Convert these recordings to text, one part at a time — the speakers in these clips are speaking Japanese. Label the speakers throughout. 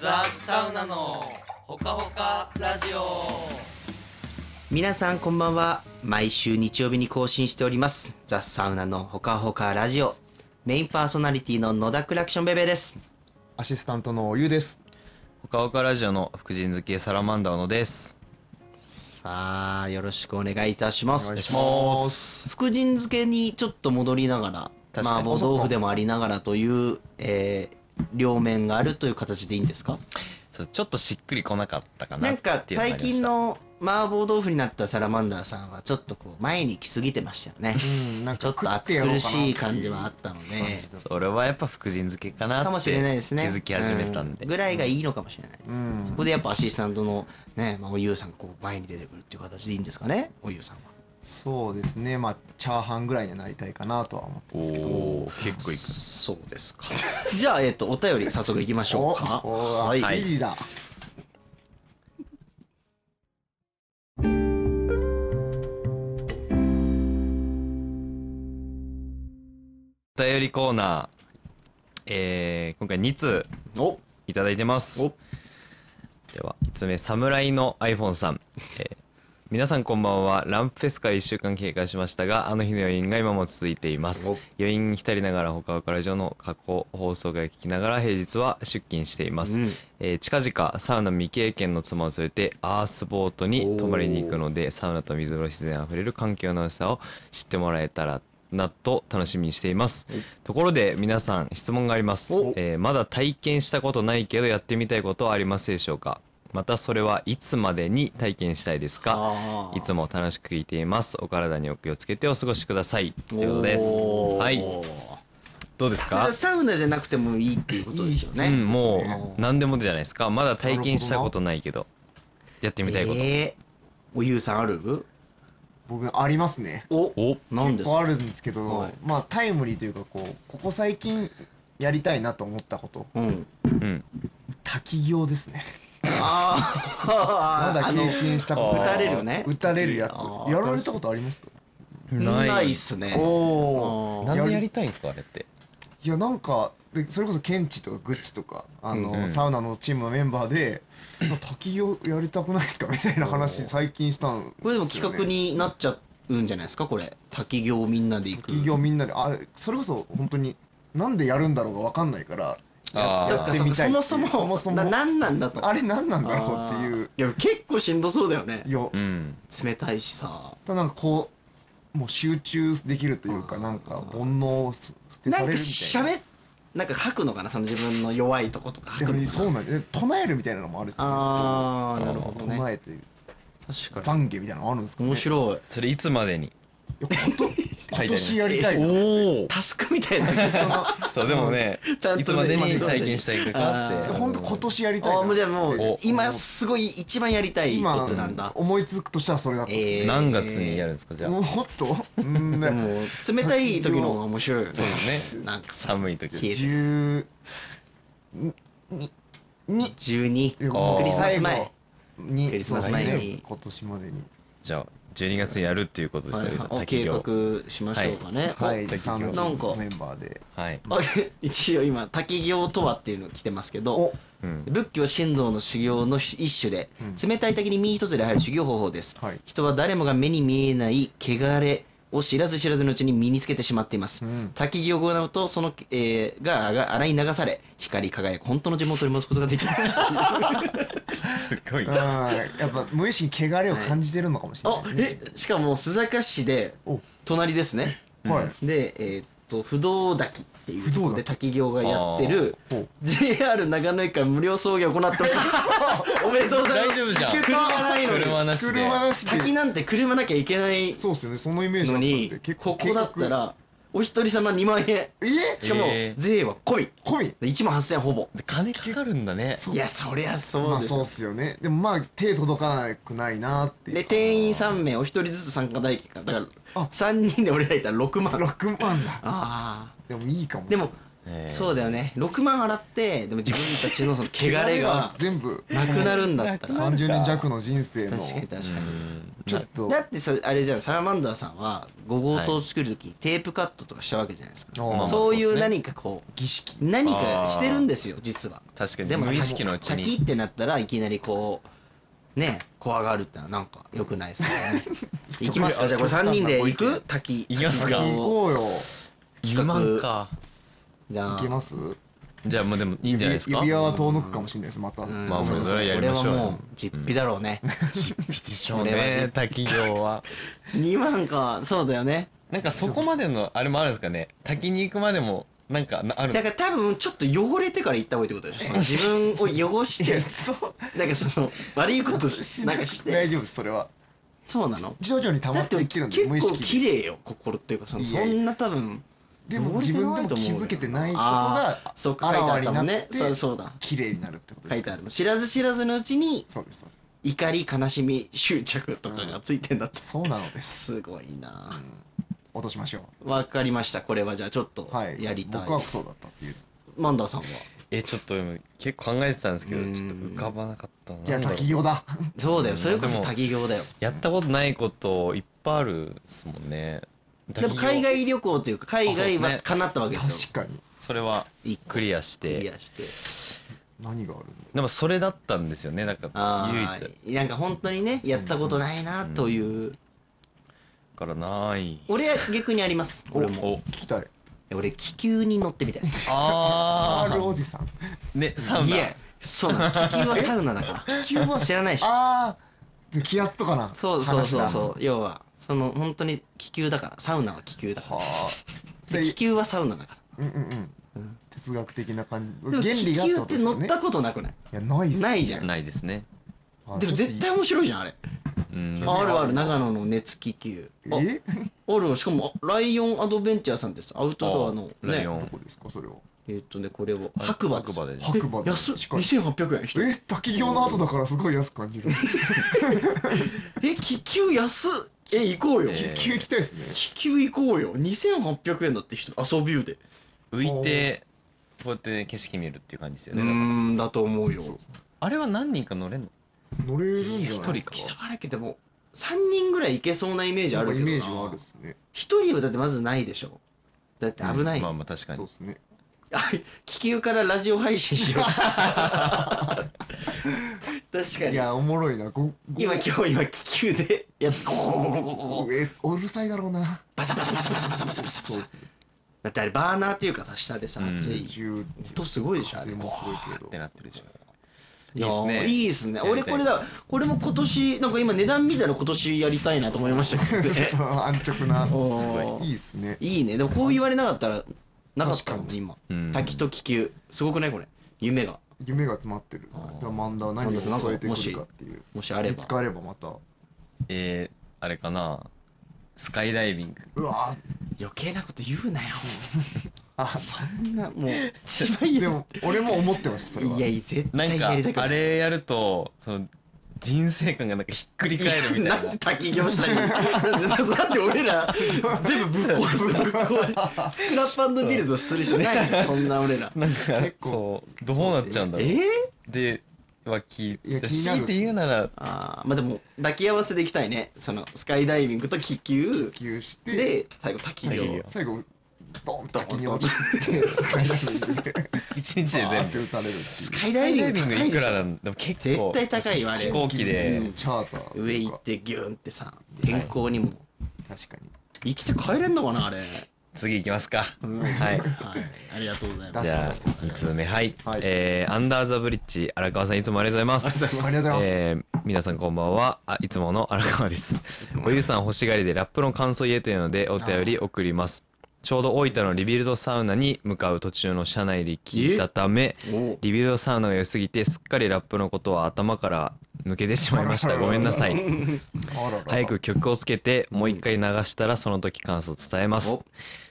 Speaker 1: ザ・サウナのほかほかラジオ
Speaker 2: 皆さんこんばんは毎週日曜日に更新しておりますザ・サウナのほかほかラジオメインパーソナリティの野田クラクションベベです
Speaker 3: アシスタントのおゆうです。
Speaker 4: ほかほかラジオの福神漬けサラマンダーのです。
Speaker 2: さあよろしくお願いいたします
Speaker 3: お願いし
Speaker 4: ま
Speaker 2: 福神漬けにちょっと戻りながら
Speaker 4: 確かに
Speaker 2: 麻婆豆腐でもありながらという、えー両面があるという形でいいんですか
Speaker 4: そうちょっとしっくりこなかったかな
Speaker 2: なん
Speaker 4: っ
Speaker 2: か
Speaker 4: ていうがあ
Speaker 2: 最
Speaker 4: りまし
Speaker 2: 近
Speaker 4: た。
Speaker 2: の麻婆豆腐になったサラマンダーさんはちょっとこう前に来すぎてましたよね
Speaker 3: うん、なん
Speaker 2: ちょ
Speaker 3: か
Speaker 2: っと
Speaker 3: 食
Speaker 2: 暑
Speaker 3: てやろうか
Speaker 2: 苦
Speaker 3: な
Speaker 2: しい感じはあったの
Speaker 3: ってい
Speaker 2: で
Speaker 3: う感じだった
Speaker 4: それはやっぱ福神漬けかなって
Speaker 2: かもしれないですね
Speaker 4: 気づき始めたんで。
Speaker 2: うぐらいがいいのかもしれない、
Speaker 3: うん。
Speaker 2: そこでやっぱアシスタントのね、まあ、おゆうさんこう前に出てくるっていう形でいいんですかねおゆうさんは
Speaker 3: そうですね。まあチャーハンぐらいにはなりたいかなとは思って
Speaker 4: お
Speaker 3: ますけど。
Speaker 4: おー結構いく。
Speaker 2: そうですか じゃあ、えっとお便り早速いきましょうか
Speaker 3: おお
Speaker 2: はい、
Speaker 3: いいだ。
Speaker 4: お便りコーナー、えー、今回2通
Speaker 2: お
Speaker 4: いただいてます。
Speaker 2: お
Speaker 4: では、1つ目、侍の iPhone さん。えー皆さんこんばんは。ランプフェスから1週間経過しましたが、あの日の余韻が今も続いています。余韻に浸りながらほかほかラジオの過去放送回を聞きながら平日は出勤しています、
Speaker 2: うん
Speaker 4: えー近々サウナ未経験の妻を連れてアースボートに泊まりに行くのでサウナと水風呂自然あふれる環境の良さを知ってもらえたらなと楽しみにしていますところで皆さん質問があります
Speaker 2: お、
Speaker 4: えーまだ体験したことないけどやってみたいことはありますでしょうかまたそれはいつまでに体験したいですか
Speaker 2: あー
Speaker 4: いつも楽しく聞いていますお体にお気をつけてお過ごしくださいということです
Speaker 2: おー
Speaker 4: はいどうです
Speaker 2: これ
Speaker 4: か
Speaker 2: はサウナじゃなくてもいいっていうことですよね
Speaker 4: う
Speaker 3: いいです
Speaker 4: ん、
Speaker 3: ね
Speaker 4: もう何でもじゃないですかまだ体験したことないけどやってみたいこと、
Speaker 2: えーおゆうさんある
Speaker 3: 僕ありますね。
Speaker 2: お
Speaker 4: お
Speaker 2: 何です
Speaker 3: 結構
Speaker 2: か
Speaker 3: あるんですけど、
Speaker 2: はい
Speaker 3: まあタイムリーというかこうここ最近やりたいなと思ったこと、
Speaker 2: うん、
Speaker 4: うん
Speaker 3: 滝行ですね。ま
Speaker 2: あー
Speaker 3: だ
Speaker 2: あ
Speaker 3: 経
Speaker 2: の
Speaker 3: 験したこと
Speaker 2: 打
Speaker 3: な
Speaker 2: た
Speaker 3: い。
Speaker 2: れるね
Speaker 3: 打たれるや
Speaker 2: あ
Speaker 3: つ。
Speaker 2: ー
Speaker 3: やられたことありますか？
Speaker 2: ないっすね
Speaker 3: お
Speaker 2: あ
Speaker 3: お。
Speaker 2: ー
Speaker 4: 何でやりたいんですかあれって
Speaker 3: いやなんかでそれこそケンチとかグッチとかあの、
Speaker 4: うんうん
Speaker 3: サウナのチームのメンバーで 「滝をやりたくないですか?」みたいな話
Speaker 2: おー
Speaker 3: 最近したんですよね
Speaker 2: これでも企画になっちゃうんじゃないですかこれ滝行みんなで行く
Speaker 3: 滝行みんなであれそれこそ本当になんでやるんだろうが分かんないから
Speaker 4: あー
Speaker 2: そっ
Speaker 3: や
Speaker 2: か
Speaker 3: って
Speaker 2: そっ
Speaker 3: み
Speaker 2: か
Speaker 3: た
Speaker 2: そ
Speaker 3: いってい
Speaker 2: も
Speaker 3: う
Speaker 2: そも
Speaker 3: そもそも
Speaker 2: な何なんだと
Speaker 3: あれ何なんだろうっていう
Speaker 2: あーいや結構しんどそうだよね
Speaker 3: いや
Speaker 4: うん
Speaker 2: 冷たいしさ
Speaker 3: ただなんかこうもう集中できるという
Speaker 2: あ
Speaker 3: か
Speaker 2: ー
Speaker 3: なんか煩悩を捨て
Speaker 2: な
Speaker 3: さ
Speaker 2: ん
Speaker 3: れ
Speaker 2: か
Speaker 3: るみたいな
Speaker 2: 喋っなんか吐くのかなその自分の弱いとことか吐くのか
Speaker 3: で
Speaker 2: な
Speaker 3: そうなんで唱えるみたいなのもあるんですよね
Speaker 2: あーなるほどね
Speaker 3: 唱えて
Speaker 2: 確か
Speaker 3: 懺悔みたいなのあるんですか
Speaker 2: に
Speaker 3: ね
Speaker 2: 面白い
Speaker 4: それいつまでに
Speaker 3: いや今年今年やりたいな
Speaker 4: おお
Speaker 2: タスクみ たいな
Speaker 4: そうでもね
Speaker 2: ちゃんとね
Speaker 4: いつまでに体験したいかっ
Speaker 2: あー
Speaker 4: て
Speaker 3: 本当今年やりたいな
Speaker 2: ああもうじゃあもう
Speaker 4: お
Speaker 2: 今すごい一番やりたいこ
Speaker 3: 今
Speaker 2: となんだ
Speaker 3: 思いつくとしたらそれだったんですね、
Speaker 2: えー
Speaker 4: 何月にやるんですかじゃあ
Speaker 3: もっとうん
Speaker 2: で
Speaker 3: ね
Speaker 2: も冷たい時の方が面白いよね
Speaker 4: そうですね
Speaker 2: なんかさ
Speaker 4: 寒い時
Speaker 2: 冷えてる
Speaker 3: 10にに
Speaker 2: 12
Speaker 3: いや
Speaker 4: あー
Speaker 3: もう
Speaker 4: クリスマス
Speaker 2: 前
Speaker 3: に
Speaker 2: クリスマス前に
Speaker 3: そうですね今年までに
Speaker 4: じゃあ12月にやるっていうことですよ、
Speaker 2: はい
Speaker 4: ね
Speaker 2: はいあ
Speaker 4: 滝
Speaker 2: 計
Speaker 4: 行
Speaker 2: 画しましょうかね
Speaker 3: は
Speaker 4: お
Speaker 3: いサウナチ
Speaker 2: なん
Speaker 3: ー
Speaker 2: か
Speaker 3: ムメンバーで
Speaker 4: はい、
Speaker 2: あ 一応今滝行とはっていうの来てますけど
Speaker 3: お
Speaker 4: うん、
Speaker 2: 仏教神道の修行の一種で
Speaker 3: うん
Speaker 2: 冷たい滝に身一つで入る修行方法です
Speaker 3: はい
Speaker 2: 人は誰もが目に見えない汚れを知らず知らずのうちに身につけてしまっています
Speaker 3: うん
Speaker 2: 滝行を行うとその、えーがが洗い流され光り輝く本当の自分を取り戻すことができます
Speaker 4: すごい
Speaker 3: うんやっぱ無意識に汚れを感じてるのかもしれな
Speaker 2: あ
Speaker 3: いですね、
Speaker 2: えしかも須坂市で
Speaker 3: お
Speaker 2: 隣ですね
Speaker 3: はい、
Speaker 2: で、えーっと不動滝っていうところで
Speaker 3: 不動滝
Speaker 2: 滝行がやってる
Speaker 3: ほう
Speaker 2: JR 長野駅から無料送迎を行っており ますおめでとうござい
Speaker 4: 大
Speaker 2: ます
Speaker 4: 丈夫じゃん
Speaker 3: いけた
Speaker 4: 車ないのに車なしで
Speaker 3: 車なし
Speaker 2: 滝
Speaker 3: で
Speaker 2: なんて車なきゃいけない
Speaker 3: そうですよねそのイメージ
Speaker 2: の
Speaker 3: だったん
Speaker 2: に
Speaker 3: で結構
Speaker 2: ここだったらお一人様2万円
Speaker 3: え
Speaker 2: しかも
Speaker 4: えー
Speaker 2: 税は濃い
Speaker 3: 濃い
Speaker 2: 1万8000円ほぼ
Speaker 4: で金かかるんだね
Speaker 2: いやそりゃそ
Speaker 3: ま
Speaker 2: う
Speaker 3: あ
Speaker 2: でし
Speaker 3: そう
Speaker 2: ょ
Speaker 3: っすよね。でもまあ手届かなくないなっていう。
Speaker 2: で定員3名お一人ずつ参加代金からだから
Speaker 3: あ
Speaker 2: 3人で俺らいたら6万
Speaker 3: 6万だ。
Speaker 2: ああ
Speaker 3: でもいいかも。
Speaker 2: でも
Speaker 4: えー
Speaker 2: そうだよね6万払ってでも自分たちのその汚れ が
Speaker 3: 全部
Speaker 2: なくなるんだったら
Speaker 5: なくなる
Speaker 3: 30年弱の人生の
Speaker 2: 確かに確か
Speaker 4: う
Speaker 2: に
Speaker 4: ん
Speaker 3: ちょっと
Speaker 2: だってさあれじゃんサラマンダーさんは5号棟を作る時にテープカットとかしたわけじゃないですか、
Speaker 4: まあまあ
Speaker 2: そうい
Speaker 4: そう
Speaker 2: う
Speaker 4: ですね
Speaker 2: 何かこう
Speaker 3: 儀式
Speaker 2: 何かしてるんですよ実は
Speaker 4: 確かに
Speaker 2: でも
Speaker 4: 無意識のうち
Speaker 2: カキ
Speaker 4: に
Speaker 2: ってなったらいきなりこうね怖がるってのはなんか良くないです よね行きますかじゃあこれ3人で行く滝
Speaker 4: 行きますか
Speaker 3: 行こうよ
Speaker 2: 企画
Speaker 4: 2万か
Speaker 2: じゃ
Speaker 3: 行
Speaker 2: あ
Speaker 3: けます
Speaker 4: じゃあまあでもいいんじゃないですか
Speaker 3: 指輪は遠のくかもしれないですまた、
Speaker 2: うん
Speaker 4: まあ
Speaker 2: ごめんなさい
Speaker 4: それはやりましょうよ
Speaker 2: 俺はもう実費だろう ね、
Speaker 4: でし ょう
Speaker 2: これは
Speaker 4: ね滝行は
Speaker 2: 2万かそうだよね
Speaker 4: なんかそこまでのあれもあるんですかね滝に行くまでもなんかなある
Speaker 2: だから多分ちょっと汚れてから行った方がいいってことでしょその 自分を汚し
Speaker 3: い
Speaker 2: て
Speaker 3: やそう
Speaker 2: なんかその悪いことしなんかして
Speaker 3: 大丈夫ですそれは
Speaker 2: そうなの
Speaker 3: 徐々に溜ま
Speaker 2: だ
Speaker 3: っ
Speaker 2: って
Speaker 3: ていって
Speaker 2: 結
Speaker 3: るんで無意
Speaker 2: 構綺
Speaker 3: 識
Speaker 2: 麗よ心っていうかその
Speaker 3: い
Speaker 2: そ
Speaker 3: やいや
Speaker 2: んな多分
Speaker 3: でも自分でも気づけてないことが
Speaker 2: あーそうか書いてあったもん
Speaker 3: あらわ
Speaker 2: ね
Speaker 3: になって
Speaker 2: そうそうだ
Speaker 3: 綺麗になるってこと
Speaker 2: 書
Speaker 3: で
Speaker 2: い
Speaker 3: す
Speaker 2: てあ
Speaker 3: か
Speaker 2: るの知らず知らずのうちに
Speaker 3: そうですそうで
Speaker 2: 怒り悲しみ執着とかがついてんだって
Speaker 3: すそうなのです、、
Speaker 2: すごいうなん
Speaker 3: 落としましょ
Speaker 2: わかりましたこれはじゃあちょっと
Speaker 3: うはい
Speaker 2: やりたい、
Speaker 3: 僕はそうだったっていう
Speaker 2: マンダーさんは
Speaker 4: えちょっと今結構考えてたんですけど
Speaker 2: うん
Speaker 4: ちょっと浮かばなかったない
Speaker 3: や
Speaker 4: なんだろう
Speaker 3: 滝行だ
Speaker 2: そうだ
Speaker 4: う
Speaker 2: よ
Speaker 4: ん
Speaker 2: それこそ滝行だよ
Speaker 4: やったことないこといっぱいあるっすもんね
Speaker 2: でも海
Speaker 4: 滝行
Speaker 2: 外旅行というか海外
Speaker 4: あそう
Speaker 2: は
Speaker 4: ね
Speaker 2: 叶ったわけです
Speaker 3: 確
Speaker 2: よ
Speaker 3: かに
Speaker 4: それは
Speaker 2: 一個
Speaker 4: クリアし
Speaker 2: クリ
Speaker 4: て
Speaker 2: アして
Speaker 3: 何があるんだ
Speaker 4: でもそれだったんですよねなんか
Speaker 2: あ
Speaker 4: 唯一
Speaker 2: あなんか本当にねやったことないなという、
Speaker 4: からない
Speaker 2: 俺は逆にあります俺も
Speaker 4: お
Speaker 3: 聞きたい
Speaker 2: 俺気球に乗ってみたいです
Speaker 4: あ
Speaker 3: ある
Speaker 4: ー
Speaker 3: おじさん
Speaker 4: ねサウ
Speaker 2: い
Speaker 4: ナ
Speaker 2: えそうなん です気球はサウナだから気球は知らないでしょ
Speaker 3: ああ気圧とかな
Speaker 2: そうそうそうそう要はその本当に気球だからサウナは気球だから
Speaker 3: はあ
Speaker 2: で
Speaker 3: で
Speaker 2: 気球はサウナだか
Speaker 3: うんうん
Speaker 2: う
Speaker 3: うんん哲学的な感
Speaker 2: らでも
Speaker 3: じ原理
Speaker 2: 気
Speaker 3: があ
Speaker 2: 球って
Speaker 3: ったことです
Speaker 2: 乗
Speaker 3: よ
Speaker 2: っ
Speaker 3: ね
Speaker 2: たことなくない
Speaker 3: いやないっす
Speaker 2: ないじゃん
Speaker 4: ないですね
Speaker 3: あ
Speaker 2: でも
Speaker 3: ちょっと
Speaker 2: 絶対面白いじゃんあれ
Speaker 4: うん
Speaker 3: い
Speaker 2: ああるある
Speaker 3: いや
Speaker 2: 長野の熱気球あ
Speaker 3: え
Speaker 2: あるよしかもあライオンアドベンチャーさんですアウトドアの
Speaker 4: ライ
Speaker 2: ね
Speaker 4: オ
Speaker 3: ど
Speaker 4: ン
Speaker 3: こですかそれは
Speaker 2: えーっとねこれを白馬です
Speaker 4: 白馬で
Speaker 3: 白馬
Speaker 2: え安っ
Speaker 3: 近い
Speaker 2: 2800円一人
Speaker 3: え滝行の後だからすごい安く感じる
Speaker 2: え気球安っえ行こうよ
Speaker 4: えー
Speaker 3: 急行きたいですね
Speaker 2: 気球行こうよ2800円だって人遊び湯で
Speaker 4: 浮いてこうやって景色見るっていう感じですよ
Speaker 2: う
Speaker 4: ねなんか
Speaker 2: ーんだと思うよ
Speaker 3: そう
Speaker 4: あれは何人か乗れんの
Speaker 3: 乗れるんじゃない
Speaker 4: 一
Speaker 3: で
Speaker 4: 人
Speaker 3: すか
Speaker 4: か
Speaker 2: 木更家でも3人ぐらい行けそうなイメージある
Speaker 3: なん
Speaker 2: け
Speaker 3: か
Speaker 2: どな
Speaker 3: イメージはあるっすね
Speaker 2: 一人はだってまずないでしょだって危ない、
Speaker 4: まあまあ確か
Speaker 3: そう
Speaker 4: に
Speaker 3: っすね
Speaker 2: あ気球からラジオ配信しよう確
Speaker 3: い
Speaker 2: かに
Speaker 3: やおもろいなごご
Speaker 2: 今今日今気球でやっゴゴゴゴゴゴゴ
Speaker 3: えうるさいだろうな
Speaker 2: バサバサバサバサバサバサバサ
Speaker 3: そうですね
Speaker 2: だってあれバーナーっていうかさ下でさ
Speaker 4: うん
Speaker 2: 熱い
Speaker 3: 中
Speaker 2: 音すごいでしょあれ
Speaker 3: 風もすごいけど
Speaker 4: ってなってるでしょ
Speaker 2: いや
Speaker 4: いいっすね
Speaker 2: いいですね。
Speaker 4: やりた
Speaker 2: 俺
Speaker 4: い
Speaker 2: これだ、これも今年、なんか今値段見たら今年やりたいなと思いましたけど ね。
Speaker 3: 安直な
Speaker 2: おー
Speaker 3: いいっすね
Speaker 2: いいね。でもこう言われなかったら、なかったもんね、
Speaker 3: 確かに
Speaker 2: 今。
Speaker 4: うん
Speaker 2: 滝と気球。すごくないこれ。夢が。
Speaker 3: 夢が詰まってる
Speaker 4: あー
Speaker 3: だマンダは何を添えてくるかっていう
Speaker 2: もしあれ
Speaker 3: い
Speaker 2: ば
Speaker 3: つ。かあればまた
Speaker 4: えー、あれかなスカイダイビング
Speaker 3: うわー
Speaker 2: 余計なこと言うなよ。
Speaker 3: あ
Speaker 2: そんな、もう、一番
Speaker 3: で
Speaker 2: や
Speaker 3: も俺も思ってましたそれはい
Speaker 2: や、絶
Speaker 4: な
Speaker 2: 対
Speaker 4: ん
Speaker 2: やりたく
Speaker 4: か
Speaker 2: ない。
Speaker 4: あれやるとその人生観がなんかひっくり返るみたい
Speaker 2: ん
Speaker 4: な
Speaker 2: で滝行きました今 なんで俺ら全部ぶっ壊すぶっ壊 すスクラップビルドする人ない じゃんそんな俺ら
Speaker 4: なんか
Speaker 3: 結構
Speaker 4: そうどうなっちゃうんだろう
Speaker 2: えー、
Speaker 4: では聞い
Speaker 3: いや
Speaker 4: て
Speaker 3: 気になる
Speaker 4: 強いて言うなら
Speaker 2: あーまあでも抱き合わせでいきたいねそのスカイダイビングと気球
Speaker 3: 気球して
Speaker 2: で最後滝
Speaker 4: 滝
Speaker 2: 行
Speaker 4: 行
Speaker 3: 最後ドンと滝に落ちてスカイダイビングで
Speaker 4: 一日で
Speaker 3: バー
Speaker 4: 全
Speaker 3: って
Speaker 4: 部
Speaker 3: 打たれるっていう
Speaker 2: スカイダイビング高いでしょ
Speaker 4: いくらなんでも結構
Speaker 2: 絶対高いよあれ
Speaker 4: 飛行機
Speaker 2: う
Speaker 4: で
Speaker 2: ん
Speaker 3: チャーターというか
Speaker 2: 上行ってギューンってさ天候にも
Speaker 3: 確かに
Speaker 2: 生きて帰れんのかなあれ、
Speaker 4: 次行きますか
Speaker 2: うん
Speaker 4: はい
Speaker 2: ありがとうございます
Speaker 4: じゃあ
Speaker 3: 出す
Speaker 4: 2通目はい
Speaker 3: はい
Speaker 4: えーアンダーザブリッジ荒川さんいつもありがとうござ
Speaker 2: あ
Speaker 4: います
Speaker 2: りがとうご
Speaker 3: ありがとうございます
Speaker 4: えー皆さんこんばんはあいつもの荒川ですおゆさん欲しがりでラップの感想言えというのでお便り送りますちょうど大分のリビルドサウナに向かう途中の車内で聞いたため
Speaker 2: お
Speaker 4: リビルドサウナが良すぎてすっかりラップのことは頭から抜けてしまいましたごめんなさい
Speaker 3: あらら
Speaker 4: 早く曲をつけてもう一回流したらその時感想を伝えます、
Speaker 2: お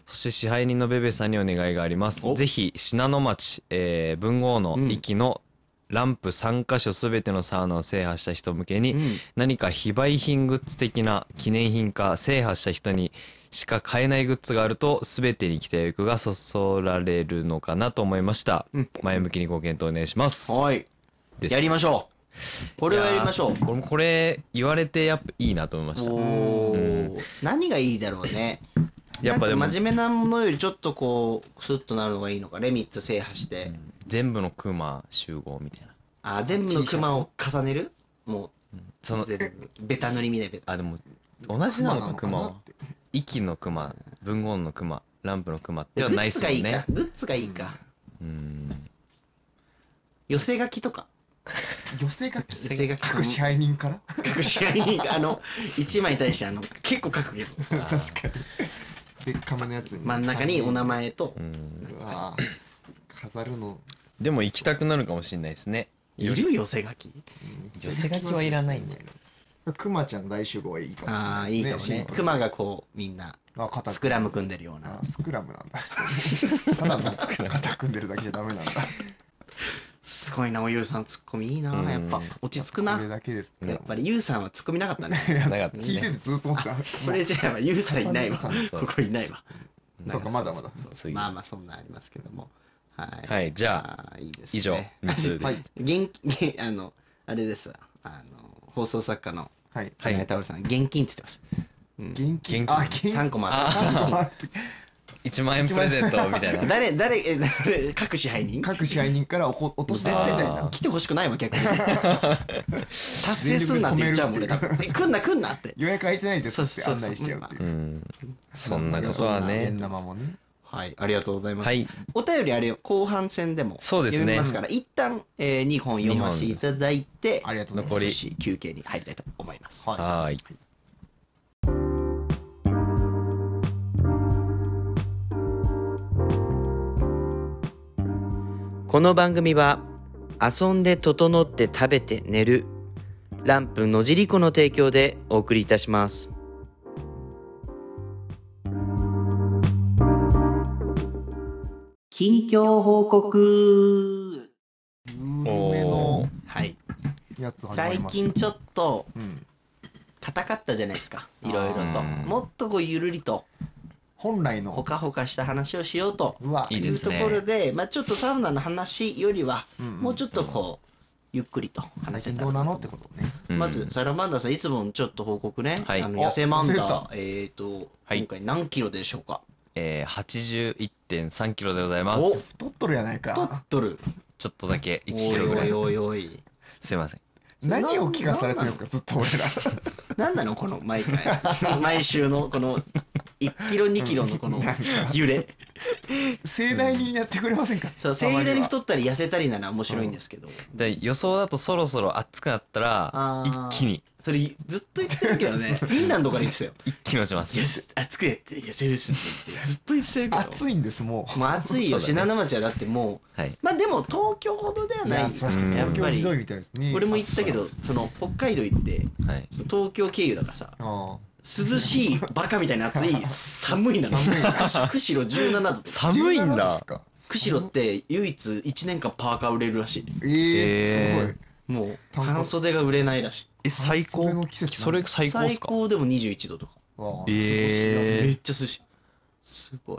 Speaker 4: そして支配人のベベさんにお願いがあります
Speaker 2: お
Speaker 4: ぜひ信濃町、えー文豪の
Speaker 2: うん
Speaker 4: 域のランプ3カ所すべてのサウナを制覇した人向けに
Speaker 2: うん
Speaker 4: 何か非売品グッズ的な記念品か制覇した人にしか買えないグッズがあると全てに期待欲がそそられるのかなと思いました、
Speaker 2: うん
Speaker 4: 前向きにご検討お願いします
Speaker 2: はい。
Speaker 4: です
Speaker 2: やりましょう。これはやりましょう
Speaker 4: いや。ー俺もこれ言われてやっぱいいなと思いました
Speaker 2: おー
Speaker 4: う
Speaker 2: 何がいいだろうね。
Speaker 4: やっぱでも
Speaker 2: なんか真面目なものよりちょっとこう、スッとなるのがいいのかね、3つ制覇して。
Speaker 4: 全部のクマ集合みたいな
Speaker 2: あ、全部のクマを重ねるも、
Speaker 4: そうの
Speaker 2: 全部。ベタ塗りみたいなベタ。
Speaker 4: あでも同じなのかク
Speaker 3: 熊
Speaker 4: マ
Speaker 3: な
Speaker 4: は
Speaker 3: のかなって
Speaker 4: 息のクマ文言のクマランプのクマではないっすも
Speaker 2: グッズが
Speaker 4: ん
Speaker 2: いい
Speaker 4: ね
Speaker 2: か。グッズがいいか。
Speaker 4: うん
Speaker 2: 寄せ書きとか。
Speaker 3: 寄せ書き
Speaker 2: 寄せ書き
Speaker 3: 各支配人から
Speaker 2: 隠し合いに、あの、1枚に対して、あの、結構書くけど。
Speaker 4: あー
Speaker 3: 確かにでカメのやつに
Speaker 2: 真ん中にお名
Speaker 3: 前
Speaker 2: 前と
Speaker 4: う、ん
Speaker 3: うわー飾るの
Speaker 4: でも行きたくなるかもしれないですね
Speaker 2: い
Speaker 4: より
Speaker 2: る寄せ書き。
Speaker 3: うん
Speaker 4: 寄せ書きはいらないんだよ
Speaker 3: くまちゃん大集合はいいかもしれ
Speaker 2: あ
Speaker 3: な
Speaker 2: あ、
Speaker 3: い
Speaker 2: いい
Speaker 3: で
Speaker 2: か
Speaker 3: す
Speaker 2: も
Speaker 3: ね。
Speaker 2: ね。クマがこう、みんな、
Speaker 3: あ肩
Speaker 2: スクラム組んでるような
Speaker 3: あ。スクラムなん だ。ただの肩組んでるだけじゃダメなんだ。
Speaker 2: すごいな、おゆうさん、ツッコミいいな
Speaker 4: う、ん
Speaker 2: やっぱ、落ち着くな
Speaker 3: これ。だけです。
Speaker 4: うん
Speaker 2: やっぱり、ゆうさんはツッコミなかったね。
Speaker 3: いや
Speaker 4: なかったね
Speaker 3: 聞いててずっと思った。
Speaker 2: これじゃあ、ゆうさんいないわ。
Speaker 3: そ
Speaker 2: こ
Speaker 3: うそう
Speaker 4: そう
Speaker 2: こいないわ。
Speaker 3: そうかまだまだ
Speaker 2: そうそう
Speaker 4: 次
Speaker 2: まあまあ、そんなんありますけども。はい。
Speaker 4: はいじゃあ
Speaker 2: あー、いいですね。
Speaker 4: 以上2 通
Speaker 3: は
Speaker 4: で
Speaker 3: い
Speaker 4: す
Speaker 2: 現金、あの、あれですわ。あの、放送作家の
Speaker 3: はい。
Speaker 2: 金谷太郎さん、現金って言ってます。うん
Speaker 3: 現金
Speaker 4: 現金。
Speaker 3: あ、現金。
Speaker 2: 3個もあ
Speaker 4: あ
Speaker 2: った。
Speaker 3: あ
Speaker 4: 1万円プレゼントみたいな
Speaker 2: 誰、誰、え、誰各支配人
Speaker 3: 各支配人からおこ落として
Speaker 2: 絶
Speaker 3: もら
Speaker 2: 対
Speaker 3: い
Speaker 2: だ
Speaker 3: たい
Speaker 2: よ
Speaker 3: な。
Speaker 2: な来てほしくないわ逆に達成すんなって言っちゃうもん俺多分え来んな来んなって
Speaker 3: 予約空いてないですって
Speaker 2: そう
Speaker 3: 案
Speaker 2: そうそう
Speaker 3: 内しちゃうっていうう。
Speaker 4: んそんなことは
Speaker 2: まあ
Speaker 4: ね
Speaker 3: 現生もね。
Speaker 2: はいありがとうございます、
Speaker 4: はい
Speaker 2: お便りあれよ後半戦でも
Speaker 4: そうですね
Speaker 2: 読みますから一旦、えー、2本読ませていただいて
Speaker 3: ありがとうござい
Speaker 4: 残り
Speaker 2: 少し休憩に入りたいと思います、
Speaker 3: ます。は
Speaker 4: はーい
Speaker 5: この番組は遊んで整って食べて寝るランプのじりこの提供でお送りいたします
Speaker 2: 近況報告
Speaker 3: い。梅
Speaker 4: お
Speaker 3: の
Speaker 4: ー
Speaker 2: はい
Speaker 3: やつ始まり
Speaker 2: 最
Speaker 3: ました
Speaker 2: 近ちょっと
Speaker 3: うん。
Speaker 2: 硬かったじゃないですかいろいろと
Speaker 4: うん
Speaker 2: もっとこうゆるりと
Speaker 3: 本来の
Speaker 2: ほ。かほかした話をしようと
Speaker 3: うわ
Speaker 4: いい
Speaker 2: い
Speaker 4: で
Speaker 2: う
Speaker 4: す
Speaker 2: と
Speaker 4: ね
Speaker 2: ころで、まあ、ちょっとサウナの話よりは、
Speaker 3: うんうん
Speaker 2: もうちょっとこう、ゆっくりと
Speaker 3: 最
Speaker 2: 話せ
Speaker 3: 近
Speaker 2: た
Speaker 3: ど
Speaker 2: ら
Speaker 3: うな
Speaker 2: な
Speaker 3: の
Speaker 2: と
Speaker 3: ってことね。
Speaker 4: うん
Speaker 2: まず、サラマンダーさん、いつものちょっと報告ね、
Speaker 4: はい
Speaker 2: あの
Speaker 3: あ
Speaker 2: 野生マンダ
Speaker 3: 忘れて
Speaker 2: ー
Speaker 3: た、
Speaker 2: えーと
Speaker 4: はい
Speaker 2: 今回何キロでしょうか、
Speaker 4: えー、81.3キロでございま
Speaker 2: お
Speaker 4: す
Speaker 3: 太っとるやない
Speaker 2: と
Speaker 3: か
Speaker 2: っ。とる、
Speaker 4: ちょっとだけ1
Speaker 2: お
Speaker 4: キ
Speaker 2: い
Speaker 4: ロぐ
Speaker 2: お
Speaker 4: らい
Speaker 2: いおいおい、
Speaker 4: すいません
Speaker 3: 何を聞かされてるんですか、ずっと俺ら。
Speaker 2: なんなの、この毎回、毎週のこの1キロ、2キロのこの揺れ、
Speaker 3: 盛大にやってくれませんか。
Speaker 2: そう
Speaker 3: たま
Speaker 2: 盛
Speaker 3: は
Speaker 2: 大に太ったり痩せたりなら面白いんですけど、
Speaker 4: で予想だとそろそろ暑くなったら
Speaker 2: あー
Speaker 4: 一気に
Speaker 2: それ、ずっと言ってるけどね、フィンランドから言ってたよ。
Speaker 4: 一気に落ちます
Speaker 2: 痩せ熱くやって痩せるっすって言ってずっと言ってるけど
Speaker 3: 暑いんですもう。
Speaker 2: もう暑いよ
Speaker 4: そうだね
Speaker 2: 信濃町はだっても
Speaker 4: はい、
Speaker 2: うまあでも東京ほどでは
Speaker 3: い
Speaker 2: ない
Speaker 3: や確かに
Speaker 2: やっ
Speaker 3: 東京
Speaker 2: ぱ
Speaker 3: ひどい
Speaker 2: り
Speaker 3: みたいですね。
Speaker 2: 俺も言ったけどその北海道行って
Speaker 4: はい、
Speaker 2: 東京経由だからさ
Speaker 3: あ
Speaker 2: 涼しいバカみたいな暑 い寒いなの
Speaker 3: 寒いな
Speaker 2: 釧路17度って
Speaker 3: あ。
Speaker 4: 寒いん
Speaker 3: 17で
Speaker 4: だ
Speaker 3: すか。
Speaker 2: 釧路って唯一1年間パーカー売れるらしい
Speaker 3: えー、
Speaker 4: えー
Speaker 3: す
Speaker 2: もう
Speaker 3: 単価
Speaker 2: 半袖が売れないらし
Speaker 4: え最高
Speaker 3: それの季節なの
Speaker 4: それ最高っすか
Speaker 2: でも21度とか
Speaker 3: ごい。
Speaker 4: えー
Speaker 2: めっちゃ涼しいすご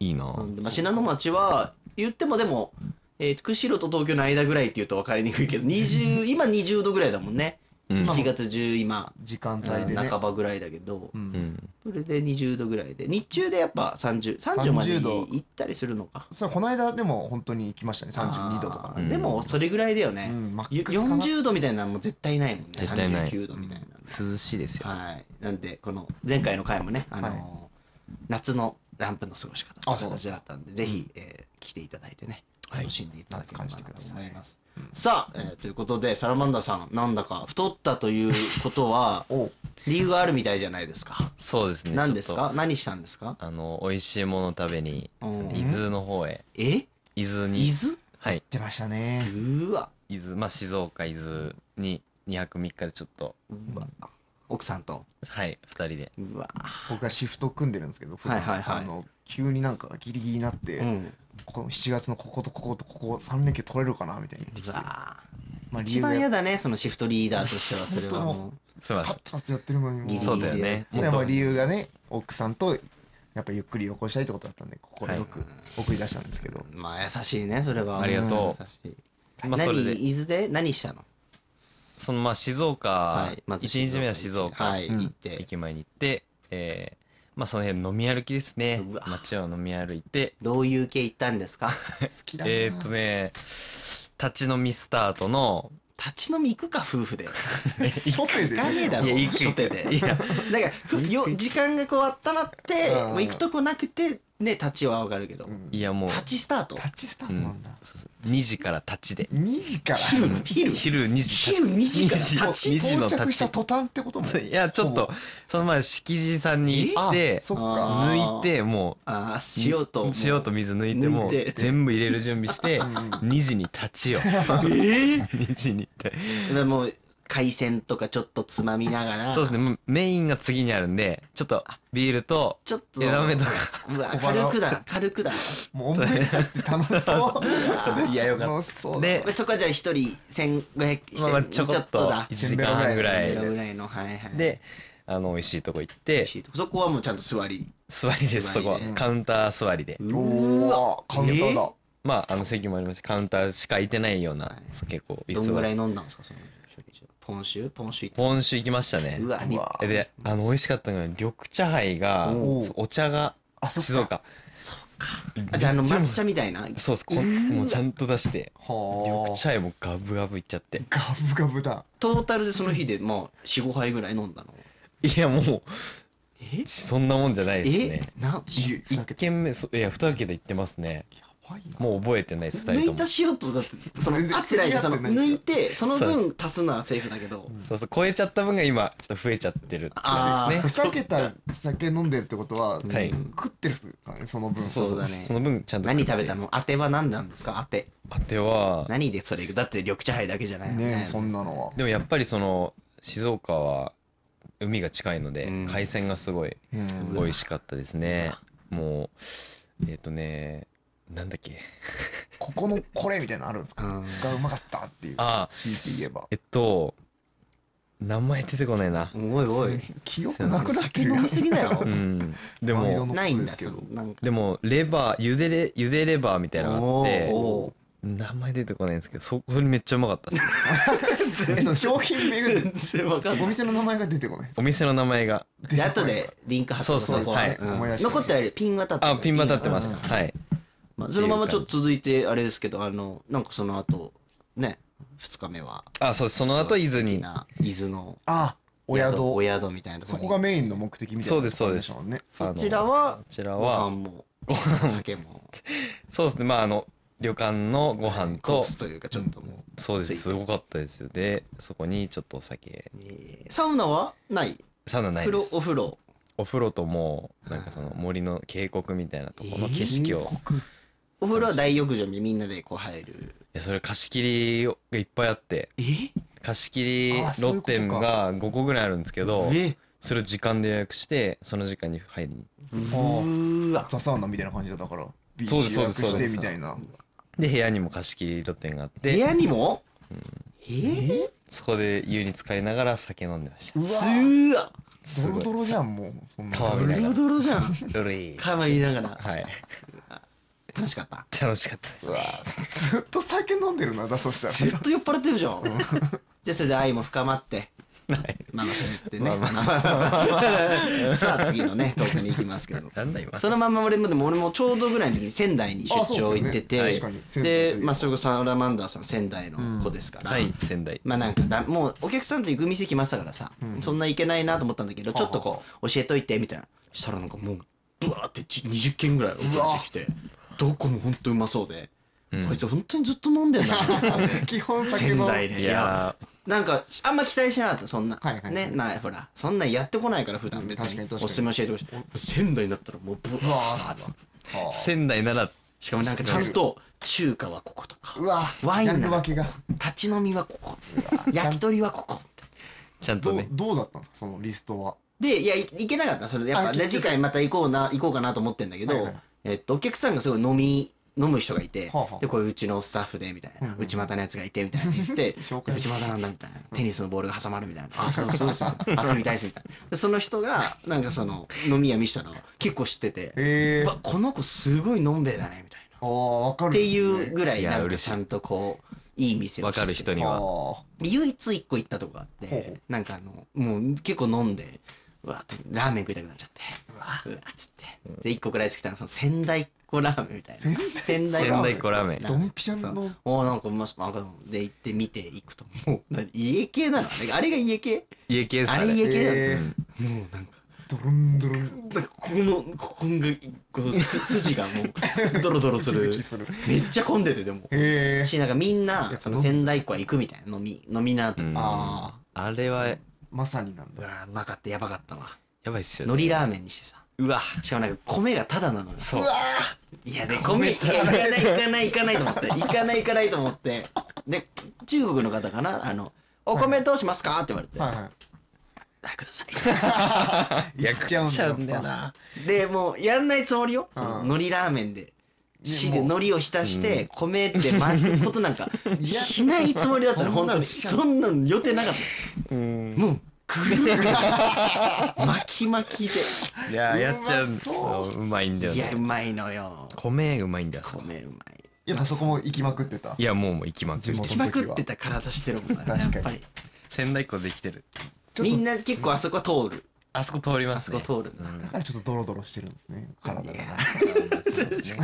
Speaker 2: い
Speaker 4: いいな
Speaker 2: なんでまあ、信濃町は言ってもでも、えー釧路と東京の間ぐらいっていうと分かりにくいけど20今20度ぐらいだもんね
Speaker 4: うん
Speaker 2: 4月10今、
Speaker 3: 時間帯でね。
Speaker 2: 半ばぐらいだけど
Speaker 3: う。
Speaker 4: うんん
Speaker 2: それで20度ぐらいで日中でやっぱ3030まで
Speaker 3: 30度
Speaker 2: 行ったりするのか
Speaker 3: そうこの間でも本当に行きましたね。32度とか
Speaker 2: あ
Speaker 3: ね。
Speaker 2: ーでもそれぐらいだよね
Speaker 3: う、んマッ
Speaker 2: よ
Speaker 3: クスかな。
Speaker 2: 40度みたいなのも絶対ないもんね
Speaker 4: 絶対ない
Speaker 2: 39度みたいなの、
Speaker 4: 涼しいですよ
Speaker 2: はいなんでこの前回の回もねあのー
Speaker 3: はい
Speaker 2: 夏のランプの過ごし方
Speaker 3: あ
Speaker 2: と
Speaker 3: そ
Speaker 2: いう
Speaker 3: う
Speaker 2: 形だったんでぜひ、えー来ていただいてね
Speaker 4: はい
Speaker 2: 楽しんでいただければなと思います、
Speaker 3: うん
Speaker 2: さあ、えーということでサラマンダさんなんだか太ったということ は
Speaker 3: お
Speaker 2: 理由があるみたいじゃないですか
Speaker 4: そうですね
Speaker 2: 何です
Speaker 4: ちょっ
Speaker 2: か何したんですか
Speaker 4: とあの美味しいものを食べに
Speaker 2: うん
Speaker 4: 伊豆の方へ
Speaker 2: え
Speaker 4: 伊豆に
Speaker 2: 伊豆
Speaker 4: はい
Speaker 3: 出ましたね。
Speaker 2: うわ
Speaker 4: 伊豆まあ静岡伊豆に2泊3日でちょっと
Speaker 2: うわ奥さんと
Speaker 4: はい2人で
Speaker 2: うわ
Speaker 3: 僕はシフト組んでるんですけど、普
Speaker 2: はい
Speaker 3: 段
Speaker 2: はいはい
Speaker 3: あの急になんかギリギリになって、
Speaker 2: うん
Speaker 3: この7月のこことこことここ3連休取れるかなみたいに言ってき
Speaker 2: う
Speaker 3: て、
Speaker 2: わ
Speaker 3: まあ、
Speaker 2: 一番嫌
Speaker 3: だ。
Speaker 2: だねそのシフトリーダーとしてはそれは
Speaker 3: 本当
Speaker 2: も
Speaker 4: すい
Speaker 3: パ
Speaker 4: ません
Speaker 3: ッとやってるのにも
Speaker 2: う
Speaker 4: そうだよね
Speaker 3: でも理由がね、奥さんとやっぱゆっくり旅行したいってことだったんで心よく送り出したんですけど、
Speaker 2: まあ優しいねそれは
Speaker 4: ありがとう
Speaker 2: 優しい
Speaker 4: まあそれで
Speaker 2: 何伊豆で何したの
Speaker 4: そのまあ静岡、
Speaker 2: はいまず
Speaker 4: 1日目は静岡、
Speaker 2: はい
Speaker 3: うん
Speaker 2: 行って
Speaker 4: 駅前に行って、えーまあその辺飲み歩きですね
Speaker 2: うわ
Speaker 4: 街を飲み歩いて
Speaker 2: どういう系行ったんですか
Speaker 3: 好きだな
Speaker 4: えーっとね立ち飲みスタートの
Speaker 2: 立ち飲み行くか夫婦で
Speaker 3: 初手で
Speaker 2: 行かねえだろ
Speaker 4: いや行く
Speaker 2: 初手で
Speaker 4: いや
Speaker 2: なんかふよ時間がこう温まって
Speaker 3: うん
Speaker 2: もう行くとこなくてね立ちは分かるけど、
Speaker 3: うん
Speaker 4: いやもう
Speaker 2: 立ちスタート
Speaker 3: タッチスタートなんだ、
Speaker 4: そうそう2時から立ちで
Speaker 3: 2時から
Speaker 2: 昼昼
Speaker 4: 昼2時
Speaker 2: 昼2時から
Speaker 4: 2
Speaker 2: 立ち
Speaker 4: 2時の
Speaker 3: 到着
Speaker 4: 立
Speaker 3: した
Speaker 4: ち
Speaker 3: 途端ってことも
Speaker 4: いやちょっとその前敷地さんに行って
Speaker 3: そっ
Speaker 2: あ
Speaker 3: か
Speaker 4: 抜いても
Speaker 2: ああ
Speaker 4: う
Speaker 2: 塩と
Speaker 4: 塩と水抜いても
Speaker 2: 抜いて
Speaker 4: う全部入れる準備して
Speaker 3: うん うん
Speaker 4: 2時に立ち よ
Speaker 2: ええ
Speaker 4: 2時にって
Speaker 2: で もう海鮮とかちょっとつまみながら
Speaker 4: そうですねもうメインが次にあるんでちょっとビールと
Speaker 2: ちょっと
Speaker 4: 枝豆とか
Speaker 2: うわ
Speaker 3: 小腹
Speaker 2: 軽
Speaker 3: を
Speaker 2: くだ軽 くだ
Speaker 3: もう思い出して楽しそう
Speaker 4: いやよかった
Speaker 3: 楽しそうだ
Speaker 4: で
Speaker 2: そこはじゃあ一人1500
Speaker 4: まあまあちょこっと
Speaker 2: だ
Speaker 4: 1時間半ぐらい
Speaker 2: 1000ぐ
Speaker 4: で
Speaker 2: らいのはいはい
Speaker 4: であの美味しいとこ行っ
Speaker 2: 美
Speaker 4: て
Speaker 2: 味しいとこそこはもうちゃんと座り
Speaker 4: 座りですそこは
Speaker 2: 座りで
Speaker 4: カウンター座りで
Speaker 2: う
Speaker 3: おおカウンターだ、
Speaker 4: まああの席もありましたカウンターしか空いてないよう
Speaker 2: は
Speaker 4: ない結構椅
Speaker 2: どん
Speaker 4: 子
Speaker 2: ぐらい
Speaker 4: は
Speaker 2: 飲んだんですかそのポン酒ポン酒行っ
Speaker 4: 今週行きました
Speaker 2: た
Speaker 4: ね
Speaker 2: うわに
Speaker 3: うわ
Speaker 4: であの美味しかったのが緑茶杯が
Speaker 3: おう
Speaker 4: そうお茶が
Speaker 3: あそっか
Speaker 4: 静岡
Speaker 2: そうかあじゃああの抹茶みたいな
Speaker 4: そうですこもうちゃんと出して
Speaker 3: は
Speaker 4: 緑茶杯もガブガブいっちゃって
Speaker 3: ガブガブだ
Speaker 2: トータルでその日でまあ45杯ぐらい飲んだの
Speaker 4: いやもう
Speaker 2: え
Speaker 4: そんなもんじゃないです
Speaker 2: え
Speaker 4: ね
Speaker 2: な
Speaker 3: ゆ
Speaker 4: 一軒目そいや二桁行ってますね
Speaker 3: やばいな
Speaker 4: もう覚えてないです二人
Speaker 2: 抜
Speaker 4: と
Speaker 2: い
Speaker 4: も
Speaker 2: た塩とだってその
Speaker 3: それで
Speaker 2: 合ってないじゃんその
Speaker 3: 合ってないです
Speaker 2: 抜
Speaker 3: よ
Speaker 2: いてその分足すのはセーフだけど
Speaker 3: うん
Speaker 4: そうそう超えちゃった分が今ちょっと増えちゃってるって感じですね
Speaker 3: ふざけた酒飲んでるってことは、
Speaker 4: はい
Speaker 3: 食ってるっすからねその分
Speaker 2: そうそうだね
Speaker 4: その分ちゃんと
Speaker 2: 何食べたの当ては何なんですか当て
Speaker 4: あては
Speaker 2: 何でそれだって緑茶杯だけじゃないよ
Speaker 3: ねえそんなのは
Speaker 4: でもやっぱりその静岡は海が近いので、
Speaker 2: うん
Speaker 4: 海鮮がすごい
Speaker 3: うん
Speaker 4: 美味しかったですね、もうえっ、とねなんだっけ
Speaker 3: ここのこれみたいなのあるんですか
Speaker 2: うん
Speaker 3: がうまかったっていう
Speaker 4: あ
Speaker 3: 強いて言えば
Speaker 4: えっと名前出てこないな
Speaker 2: おいおい
Speaker 3: 記憶なくなってる
Speaker 2: 飲みすぎだよ
Speaker 4: うんで
Speaker 3: 毎度
Speaker 4: も
Speaker 3: の
Speaker 2: ないんだ
Speaker 3: そ
Speaker 2: け
Speaker 3: うです
Speaker 2: ど
Speaker 3: けど
Speaker 2: なんか
Speaker 4: でもレバー茹でれ茹でレバーみたいなのがあって
Speaker 2: お
Speaker 4: 名前出てこないんですけどそこれめっちゃうまかったです
Speaker 3: え その商品
Speaker 2: ー
Speaker 3: 巡
Speaker 2: 全
Speaker 3: る
Speaker 2: 然わかん
Speaker 3: お
Speaker 2: ない
Speaker 3: 店の名前が出てこない
Speaker 4: お店の名前が
Speaker 2: で後でリンク貼って
Speaker 4: そうそう
Speaker 2: こ
Speaker 4: はい
Speaker 2: うん
Speaker 3: 思い出した
Speaker 2: 残ってるピンは立ってる
Speaker 4: あピンバ立ってます、
Speaker 2: うん
Speaker 4: はい
Speaker 2: まあそのままちょっと続いてあれですけどあのなんかその後ね2日目は
Speaker 4: あそうその後伊豆に
Speaker 2: 伊豆の
Speaker 3: あお宿
Speaker 2: お宿みたいなとこ
Speaker 3: そ
Speaker 2: ろに
Speaker 3: こがメインの目的みたいな
Speaker 4: そうですそうです
Speaker 3: ところしょうね
Speaker 2: そちらは
Speaker 4: こちら
Speaker 2: ご飯
Speaker 4: は
Speaker 2: も
Speaker 4: ご飯
Speaker 2: 酒も
Speaker 4: そうですねまああの旅館のご飯
Speaker 2: コー
Speaker 4: と
Speaker 2: スというかちょっとも
Speaker 4: そうです
Speaker 2: ついて
Speaker 4: すごかったですよでそこにちょっとお酒
Speaker 2: うえーサウナはない
Speaker 4: サウナない
Speaker 2: 風呂
Speaker 4: です
Speaker 2: お風呂
Speaker 4: お風呂ともうなんかその森の渓谷みたいなところの景色を、い
Speaker 2: お風呂は大浴場にみんなでこう入る
Speaker 4: やそれ貸し切りがいっぱいあって
Speaker 2: え
Speaker 4: 貸し切り
Speaker 3: あそうい
Speaker 4: 露
Speaker 3: うことか
Speaker 4: 店が5個ぐらいあるんですけど
Speaker 2: え
Speaker 4: それを時間で予約してその時間に入りに
Speaker 2: うー
Speaker 3: ー
Speaker 2: わ
Speaker 3: ザ・サウナみたいな感じだだからビ
Speaker 4: そ
Speaker 3: ー
Speaker 4: うです
Speaker 3: チ
Speaker 4: そう
Speaker 3: 予
Speaker 4: で
Speaker 3: 約
Speaker 4: す
Speaker 3: し
Speaker 4: そう
Speaker 3: て
Speaker 4: です
Speaker 3: みたいな
Speaker 4: で部屋にも貸し切り露店があっ
Speaker 2: 部
Speaker 4: て
Speaker 2: 屋にもえー
Speaker 4: そこで湯に浸かりながら酒飲んでました
Speaker 3: う
Speaker 2: す
Speaker 3: わ
Speaker 2: ーわ
Speaker 4: す
Speaker 3: ド
Speaker 4: ご
Speaker 3: ロ
Speaker 4: い
Speaker 3: ドロじゃんもうそんな
Speaker 2: ド
Speaker 4: 川みたいな
Speaker 2: ロドロじゃん
Speaker 4: ドロリー
Speaker 2: かわいながら
Speaker 4: はい
Speaker 2: 楽しかった
Speaker 4: 楽しかったです
Speaker 3: うわずっと酒飲んでるなだとしたら
Speaker 2: ずっと酔っ払ってるじゃんでそれで愛も深まってまあまあそうやってね さあ次のねトークに行きますけど
Speaker 4: なんだ今
Speaker 2: そのまま俺もでも俺もちょうどぐらいの時に仙台に出
Speaker 3: あそうっすよ
Speaker 2: 張
Speaker 3: ね
Speaker 2: 行ってて、
Speaker 4: はい確
Speaker 3: かに仙台といえ
Speaker 2: で
Speaker 3: ば
Speaker 2: まあそれこそサラマンダーさん仙台の子ですから、
Speaker 4: はい仙台
Speaker 2: まあなんかだもうお客さんと行く店来ましたからさ、
Speaker 3: うん
Speaker 2: そんないけないなと思ったんだけど、
Speaker 3: は
Speaker 2: ち
Speaker 3: あ
Speaker 2: ょ
Speaker 3: はあ
Speaker 2: っとこう教えといてみたいなしたらなんかもうブワーってち20件ぐらい送られてきてどこも本当うまそうで、
Speaker 4: うん
Speaker 2: こいつ本当にずっと飲んでん なと思ったんで
Speaker 3: 基本酒
Speaker 2: 仙
Speaker 3: の
Speaker 2: 台で
Speaker 4: いや
Speaker 2: なんかあんま期待しなかったそんな、
Speaker 3: はいはいはい
Speaker 2: ねまあほらそんなんやってこないから普段別
Speaker 3: 確
Speaker 2: に
Speaker 3: かに確かに
Speaker 2: おすすめ教えてほしい仙台になったらもうブワ
Speaker 3: うわ
Speaker 2: ーって
Speaker 4: ー仙台なら
Speaker 2: しかもなんかちゃんと中華はこことか
Speaker 3: うわ
Speaker 2: ワイン
Speaker 3: ジ
Speaker 2: な
Speaker 3: ャン
Speaker 2: の
Speaker 3: ル分けが
Speaker 2: 立ち飲みはここ焼き鳥はここ
Speaker 4: ちゃんと
Speaker 3: どう
Speaker 4: ね
Speaker 3: どうだったんですかそのリストは
Speaker 2: でいやい行けなかったそれでやっぱ
Speaker 3: あ
Speaker 2: で
Speaker 3: 結
Speaker 2: 次
Speaker 3: 局
Speaker 2: 回また行こうな行こうかなと思ってんだけ
Speaker 3: はい
Speaker 2: ど
Speaker 3: はい
Speaker 2: えっとお客さんがすごい飲み飲む人がいて、
Speaker 3: はあはあ
Speaker 2: でこれうちのスタッフでみたいな、
Speaker 3: うんうん
Speaker 2: 内股のやつがいてみたいな言って
Speaker 3: 紹
Speaker 2: で
Speaker 3: 介
Speaker 2: 内股なんだみたいなテニスのボールが挟まるみたいな、あそうそうそうアクリタイスみたいなでその人がなんかその飲み屋見したの結構知ってて、
Speaker 3: え
Speaker 2: う
Speaker 3: ー、
Speaker 2: わこの子すごい飲んべえだねみたいな
Speaker 3: ああわかる
Speaker 2: っていうぐらい
Speaker 4: いや
Speaker 2: なんか
Speaker 4: 嬉しい
Speaker 2: ちゃんとこういい店を
Speaker 4: わかる人には
Speaker 3: は
Speaker 2: で唯一一個行ったとこがあっ
Speaker 3: ほうほ
Speaker 2: てなんかあのもう結構飲んでうわってラーメン食いたくなっちゃってうわっつってで一個くらいつきたのその仙台っ子ラーメンみたいな仙
Speaker 4: 仙
Speaker 2: 台
Speaker 4: 台
Speaker 2: っ
Speaker 4: っ
Speaker 2: 子
Speaker 4: 子ラーメン
Speaker 2: な
Speaker 3: ドンピシャの
Speaker 2: おーなんかうまそうなんかで行って見ていくともうな家系なのあれあれが家系
Speaker 4: 家系です
Speaker 2: あ
Speaker 4: あ
Speaker 2: れ
Speaker 4: れ
Speaker 2: 家系なの、
Speaker 3: え
Speaker 2: もうなんか
Speaker 3: ドロンドロン
Speaker 2: なんかここのここんぐこうす筋がもうドロドロする
Speaker 3: ドキドキする
Speaker 2: めっちゃ混んでてでも
Speaker 3: えー、
Speaker 2: し、なんかみん
Speaker 3: い
Speaker 2: な、
Speaker 3: や
Speaker 2: その仙台っ子は行くみたいな、飲み、飲みなと。
Speaker 4: う
Speaker 2: うん
Speaker 3: あ
Speaker 4: あれはや
Speaker 3: まさになんだ
Speaker 2: わうまかった、やばかったわ。
Speaker 4: ばいっすよ
Speaker 2: 海
Speaker 4: ね
Speaker 2: 苔ラーメンにしてさ。
Speaker 4: うわ
Speaker 2: しかもなんか米がタダなのよ。
Speaker 4: そう
Speaker 2: いや、で、米、いや、行かない、行かない、行かないと思って。行かない、行かないと思って。で、中国の方かなあの、お米どうしますかって言われて。
Speaker 3: はいは
Speaker 2: あ、くださ
Speaker 3: いやっちゃうんだよ
Speaker 2: い。な。 で、もう、やんないつもりよ。その、
Speaker 3: うん
Speaker 2: 海苔ラーメンで。汁
Speaker 3: もう
Speaker 2: 海苔を浸して、米って巻くことなんか、
Speaker 3: いや
Speaker 2: しないつもりだったの、
Speaker 3: そん
Speaker 2: 本
Speaker 3: な
Speaker 2: 当に。
Speaker 3: の
Speaker 2: そんなの予定なかった。
Speaker 4: うん
Speaker 2: もう、ぐる ぐる巻き巻きで。
Speaker 4: いややっちゃう
Speaker 3: うまそう
Speaker 4: そううまいんだよ
Speaker 2: いや、う
Speaker 4: ね
Speaker 2: まいのよ。
Speaker 4: 米うまいんだよそう
Speaker 2: 米うま
Speaker 3: やっぱそこも行きまくってた
Speaker 4: いやもうもう行きまく
Speaker 3: 地
Speaker 4: る
Speaker 2: い。
Speaker 3: 元
Speaker 2: きまくってた体してるもんね、や
Speaker 3: 確かに
Speaker 2: っぱり。
Speaker 4: 仙台っ子できてる
Speaker 3: ちょっ
Speaker 2: み
Speaker 3: と
Speaker 2: んな結構あそこ通る。
Speaker 4: あそこ通りま
Speaker 2: あ
Speaker 4: す
Speaker 2: そ
Speaker 4: ね
Speaker 2: こ通るんだ。
Speaker 4: うん
Speaker 3: だからちょっとドロドロしてるんですね体
Speaker 2: い
Speaker 3: が
Speaker 2: や
Speaker 4: そうですねちょっ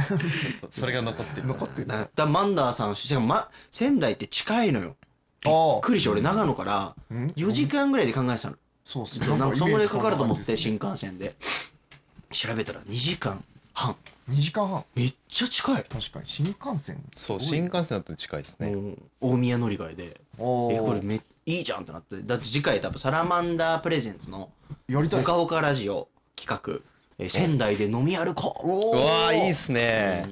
Speaker 4: とそれが残ってる
Speaker 3: 残ってる
Speaker 2: だからマンダーさん、しかも、ま、仙台って近いのよ。びっくりして、俺、長野から
Speaker 3: うん
Speaker 2: 4時間ぐらいで考えてたの。
Speaker 3: そうっす
Speaker 2: そうなんかそこでかかると思って、新
Speaker 3: 2
Speaker 2: 幹線で。調べたら2時間半。
Speaker 3: 時間半
Speaker 2: めっちゃ近い。
Speaker 3: 確かに新幹線
Speaker 4: そう新幹線だと近いですね
Speaker 2: うん大宮乗り換えで。
Speaker 3: お
Speaker 2: えこれ
Speaker 3: ー
Speaker 2: めいいじゃんってなってだって次回多分サラマンダープレゼンツの
Speaker 3: やり
Speaker 2: 「ほ
Speaker 3: たいっす
Speaker 2: かほかラジオ」企画、えー仙台で飲み歩こ
Speaker 4: う
Speaker 3: お
Speaker 4: わーいいっ
Speaker 3: っ
Speaker 4: すね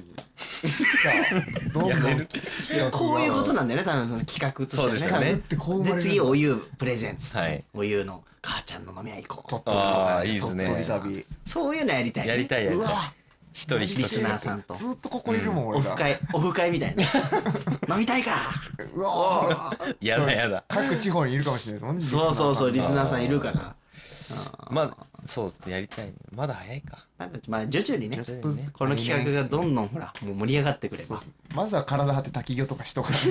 Speaker 3: どんどん
Speaker 4: やれる
Speaker 2: うこういうことなんだよね多分その企画としてはね
Speaker 4: そうですよね
Speaker 2: 多
Speaker 3: や
Speaker 2: 分
Speaker 3: るってこう生ま
Speaker 2: で
Speaker 3: れる
Speaker 2: 次お湯プレゼンツ、
Speaker 4: はい
Speaker 2: お湯の母ちゃんの飲み屋行こ
Speaker 3: とっ
Speaker 2: う
Speaker 3: とり
Speaker 4: あーいいっすね
Speaker 3: とっとり旅
Speaker 2: そういうのやりたいね、
Speaker 4: やりたいやり
Speaker 2: う
Speaker 4: たい
Speaker 2: わ
Speaker 4: 一人一
Speaker 2: リス
Speaker 4: つ
Speaker 2: ナーさんと
Speaker 3: ずっとここいるもん
Speaker 2: オ
Speaker 3: 俺
Speaker 2: フ
Speaker 3: が
Speaker 2: 会オフ会みた いな飲みたいか
Speaker 3: うわー
Speaker 4: やだやだ
Speaker 3: 各地方にいるかもしれないですもんねリスナ ー
Speaker 2: そ
Speaker 3: さん
Speaker 2: うそうそう
Speaker 3: が
Speaker 2: リスナーさんいるからうん
Speaker 4: まあそうですねやりたいまだ早いか
Speaker 2: まあまあ徐々にね
Speaker 4: 徐々にね
Speaker 2: この企画がどんどんほらもう盛り上がってくれば
Speaker 3: まずは体張って滝行とかしとかないと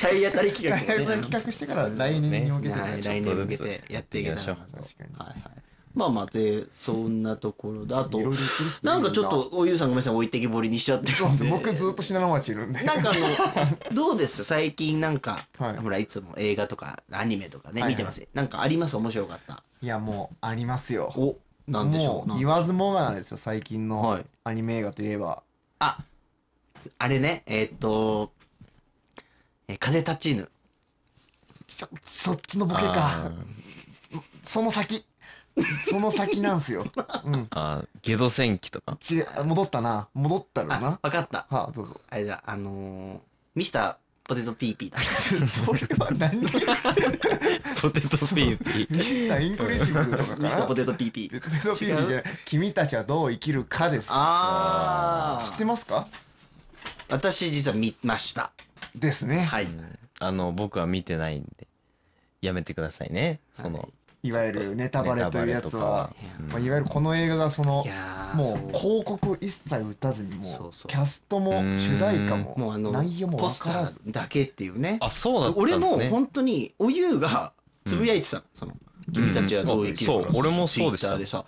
Speaker 2: 体当たり企画
Speaker 3: 大
Speaker 2: ね
Speaker 3: 学企画してから来年に向けて
Speaker 2: はい
Speaker 3: ねちょっ
Speaker 2: 来年に
Speaker 3: と
Speaker 2: 向けてやっていけたらなと
Speaker 4: や
Speaker 3: りましょう確かに
Speaker 2: はいはい、まあまあでそんなところであと
Speaker 3: いろいろ言ってるっすね
Speaker 2: なんかちょっとおゆうさんごめんなさい置いてきぼりにしちゃってるんで
Speaker 3: 僕ずっと信濃町いるんで
Speaker 2: なんか あのどうです最近なんか、
Speaker 3: はい
Speaker 2: ほらいつも映画とかアニメとかね
Speaker 3: はいはい
Speaker 2: 見てます、なんかあります面白かった
Speaker 3: いやもうありますよ
Speaker 2: おなんでしょ
Speaker 3: も
Speaker 2: うな
Speaker 3: うん言わずもがなんですよ最近
Speaker 2: は
Speaker 3: の
Speaker 2: い
Speaker 3: アニメ映画といえば
Speaker 2: ああれねえーっとえー風立ちぬ
Speaker 3: ちょそっちのボケかその先その先なん すよ、うん、
Speaker 4: あーあーゲド戦記 とか
Speaker 3: ち戻ったな戻ったろうな
Speaker 2: あ分かった
Speaker 3: はあどうぞ
Speaker 2: あれだあのーミスターポテトピーピーだ
Speaker 3: それは 何ミ
Speaker 4: ポテトピーピー
Speaker 3: スターインクレディブルとかか
Speaker 2: ミスター
Speaker 3: な
Speaker 2: ポテトピーピー
Speaker 3: ベトベトピーピーじゃない君たちはどう生きるかです
Speaker 2: あー
Speaker 3: 知ってますか
Speaker 2: 私実は見ました
Speaker 3: ですね、
Speaker 2: はい、
Speaker 4: あの僕は見てないんでやめてくださいねその
Speaker 3: い、わゆるネタバレというやつは、
Speaker 4: ネタ
Speaker 3: ま
Speaker 4: バ
Speaker 3: あ、
Speaker 4: レ
Speaker 3: い
Speaker 4: とか
Speaker 3: わゆるこの映画がその
Speaker 2: いやー
Speaker 3: も
Speaker 2: そう
Speaker 3: う広告一切打たずにもう
Speaker 2: そうそう
Speaker 3: キャストも
Speaker 4: うーん
Speaker 3: 主題歌
Speaker 2: もう
Speaker 3: も
Speaker 2: あの
Speaker 3: 内容も
Speaker 2: ポ
Speaker 3: 分
Speaker 2: ス
Speaker 3: か
Speaker 2: タ
Speaker 3: らず
Speaker 2: ーだけっていうね
Speaker 4: あそうだったんで
Speaker 2: 俺
Speaker 4: す
Speaker 2: も
Speaker 4: ね
Speaker 2: 本当におゆうがつぶやいてたの、その君たちはどう生きるか、
Speaker 4: うんそう俺もそうでした
Speaker 2: Twitter でさ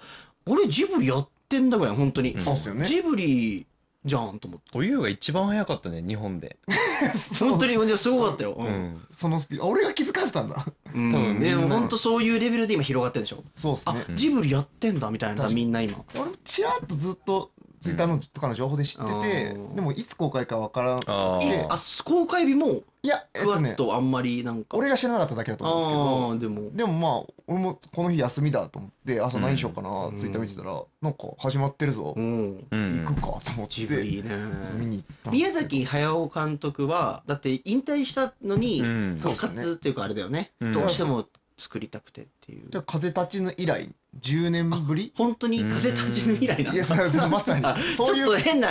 Speaker 2: 俺ジブリやってんだぐらい本当に、
Speaker 4: うん
Speaker 3: そうっすよね
Speaker 2: ジブリじゃんと思って
Speaker 4: お湯が一番早かったね日本で
Speaker 2: 本当にほんとにすごかったよ、
Speaker 4: う
Speaker 2: うん
Speaker 4: ん
Speaker 3: そのスピードあ俺が気づかせたんだ
Speaker 2: うん
Speaker 4: 多分みん
Speaker 2: で
Speaker 4: な
Speaker 2: も本当そういうレベルで今広がってるでしょ
Speaker 3: そうです
Speaker 2: あ、
Speaker 3: ね
Speaker 2: ジブリやってんだみたいな
Speaker 3: 確かに
Speaker 2: みんな今
Speaker 3: 俺もちらっとずっとツイッターのとかの情報で知ってて、
Speaker 2: うん
Speaker 3: でもいつ公開か分からん
Speaker 4: あー
Speaker 2: えあ公開日も
Speaker 3: いやえっ
Speaker 2: ふ
Speaker 3: と
Speaker 2: わ
Speaker 3: ね
Speaker 2: っとあんまりなんか、
Speaker 3: 俺が知らなかっただけだと思
Speaker 2: あ
Speaker 3: うん
Speaker 2: あでも
Speaker 3: ですけどでもまあ俺もこの日休みだと思って朝何しようかな、
Speaker 2: うん
Speaker 3: ツイッター見てたらなんか始まってるぞ、
Speaker 2: うん
Speaker 4: うん
Speaker 3: 行くかと思って
Speaker 2: ジブリね
Speaker 3: 見に行ったんです
Speaker 2: 宮
Speaker 3: けど
Speaker 2: 崎駿監督はだって引退したのに、
Speaker 4: うん
Speaker 2: そ
Speaker 3: そうう
Speaker 2: か
Speaker 3: ですね
Speaker 2: つっていうかあれだよね、
Speaker 4: うん
Speaker 2: どうしても作りたくてっていう
Speaker 3: じゃあ風立ちぬ以来、10年ぶり
Speaker 2: 本当に風立ちぬ以来なん
Speaker 3: い
Speaker 2: だ
Speaker 3: や、それはまさ
Speaker 2: あ
Speaker 3: に。
Speaker 2: ち
Speaker 3: そう
Speaker 2: ょ
Speaker 3: い
Speaker 2: っ
Speaker 3: う
Speaker 2: と変な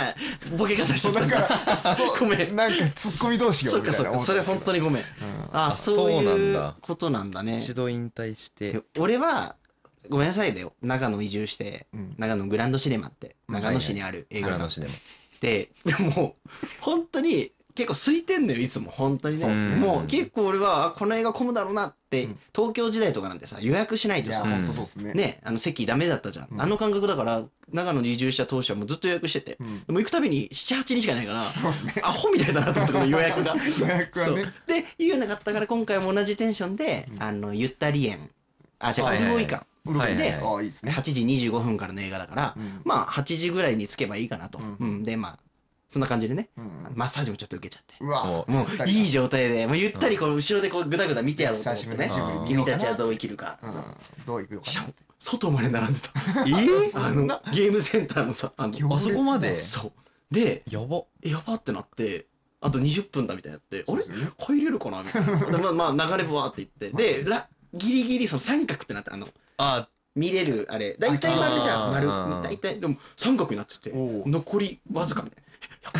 Speaker 2: ボケ方しちゃ
Speaker 3: そう
Speaker 2: った
Speaker 3: だ
Speaker 2: ん
Speaker 3: から
Speaker 2: だ、
Speaker 3: そう
Speaker 2: ごめん
Speaker 3: なんかツッコミどうしよう
Speaker 2: そう
Speaker 3: みた
Speaker 2: か
Speaker 3: いな
Speaker 2: そうかそれ本当
Speaker 3: に。
Speaker 2: にごめん
Speaker 3: うん
Speaker 2: あ
Speaker 4: あ
Speaker 2: そう
Speaker 4: そうないん
Speaker 2: う
Speaker 4: だ
Speaker 2: ことなんだね
Speaker 4: 一度引退して
Speaker 2: で俺はごめんなさいだよ長野移住して
Speaker 3: うん
Speaker 2: 長野グランドシネマって長野市にある映
Speaker 4: グラ
Speaker 2: 画
Speaker 4: ンド
Speaker 2: 館
Speaker 4: シネマ
Speaker 2: ででも本当に結構空いてんのよいつも本当にね
Speaker 4: そうっすね
Speaker 2: もう結構俺はあこの映画混むだろうなって
Speaker 3: うん
Speaker 2: 東京時代とかなんてさ予約しない
Speaker 3: い
Speaker 2: と
Speaker 3: や、
Speaker 2: さ
Speaker 4: うん
Speaker 3: 本当そうですね。
Speaker 2: ねあの席ダメだったじゃ
Speaker 3: うんん
Speaker 2: あの感覚だから長野に移住した当初はもうずっと予約してて
Speaker 3: うん。
Speaker 2: でも行くたびに78人しかない から
Speaker 3: そうですね。
Speaker 2: アホみたいだなと思ってこの予約が
Speaker 3: 予約は
Speaker 2: そ
Speaker 3: ね
Speaker 2: う。で言うなかったから今回も同じテンションで、
Speaker 3: うん
Speaker 2: あのゆったり園あ違う
Speaker 4: はいはいはい
Speaker 2: 潤い館
Speaker 3: うろこ
Speaker 4: はいはい
Speaker 3: で、
Speaker 4: はい
Speaker 3: ああ、いいですね。
Speaker 2: 8時25分からの映画だから、
Speaker 3: うん
Speaker 2: まあ8時ぐらいに着けばいいかなと、
Speaker 3: うん
Speaker 2: うんでまあそんな感じでね
Speaker 3: うん
Speaker 2: マッサージもちょっと受けちゃって
Speaker 3: うわ
Speaker 4: も、
Speaker 2: も
Speaker 3: ゆった
Speaker 2: う
Speaker 3: りない
Speaker 2: い状態でもうゆったりこう後ろでこうぐだぐだ見てやろうと思っ
Speaker 3: 久
Speaker 2: て
Speaker 3: しぶり
Speaker 2: ね
Speaker 3: ね
Speaker 4: 久しぶり。
Speaker 2: うん
Speaker 4: 見
Speaker 2: 君たちはど
Speaker 3: う
Speaker 2: う生きるか、
Speaker 3: んどう行くの
Speaker 2: し
Speaker 3: か
Speaker 2: か
Speaker 3: な
Speaker 2: も外まで並んでたえ
Speaker 3: そ
Speaker 2: あの
Speaker 3: んな
Speaker 2: ゲームセンターのさあ
Speaker 3: 行
Speaker 2: の
Speaker 3: 列
Speaker 4: あそこまで
Speaker 2: そうで
Speaker 4: やば
Speaker 2: やばってなってあと20分だみたいになってあれ
Speaker 3: そうですね
Speaker 2: 入れるかなみたいな。で まあまあ流れぶわーっていって。で、らギリギリその三角ってなって、あの、
Speaker 4: あ
Speaker 2: 見れるあれ。大体丸じゃん。
Speaker 4: あ
Speaker 2: 丸
Speaker 4: ー。
Speaker 2: 大体、でも三角になってて、
Speaker 3: おう
Speaker 2: 残りわずかみたい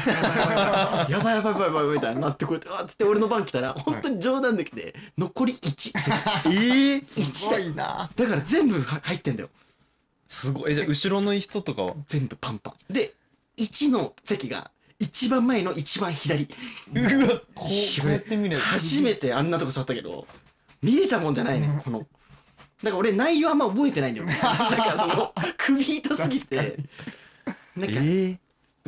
Speaker 2: な。 やばいやばいやばいやばいやばいやばいやばいみたいになってこうやって、わーっつって俺の番来たら、本当に冗談できて、残り1。ええ
Speaker 3: す
Speaker 2: !1
Speaker 3: ご
Speaker 2: だよ。
Speaker 3: いな。
Speaker 2: だから全部は入ってんだよ。
Speaker 4: すごいえじゃあ後ろの人とかは
Speaker 2: 全部パンパン。で、1の席が、一番前の一番左。
Speaker 4: うわこうこうやって見れる
Speaker 2: 初めてあんなとこ座ったけど見れたもんじゃないねこのだから俺内容あんま覚えて ないんだよねなんかその首痛すぎてな
Speaker 4: え
Speaker 2: んか
Speaker 4: ー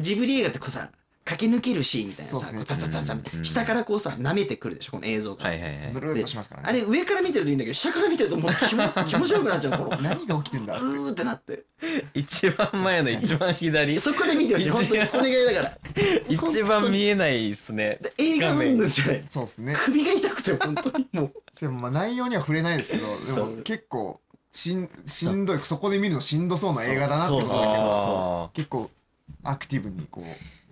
Speaker 2: ジブリ映画ってこうさ駆け抜けるシーンみたいな
Speaker 3: そうっ
Speaker 2: さ
Speaker 3: す
Speaker 2: こ
Speaker 3: ね
Speaker 2: うザザザザみたい
Speaker 4: うん
Speaker 2: な
Speaker 4: う
Speaker 2: ん下からこうさ舐めてくるでしょこの映像が、
Speaker 4: はいはいはい
Speaker 3: ぬるっとしますからね。
Speaker 2: あれ上から見てるといいんだけど下から見てるともう気持ち気持ち悪くなっちゃうこの
Speaker 3: 何が起きてんだ
Speaker 2: うーってなって
Speaker 4: 一番 前の一番左
Speaker 2: そこで見てほしい本当にお願いだから
Speaker 4: 一番見えないっすね
Speaker 2: で映画うんぬんじゃない
Speaker 3: そうですね。
Speaker 2: 首が痛くて本当にもう
Speaker 3: でもまあ内容には触れないですけど、で
Speaker 2: そ
Speaker 3: も
Speaker 2: う
Speaker 3: 結構しんしんどい、そこで見るのしんどそうな映画だなって
Speaker 2: そう
Speaker 3: 思
Speaker 2: そう
Speaker 3: ったけど、
Speaker 4: あ
Speaker 3: 結構アクティブにこ
Speaker 4: ー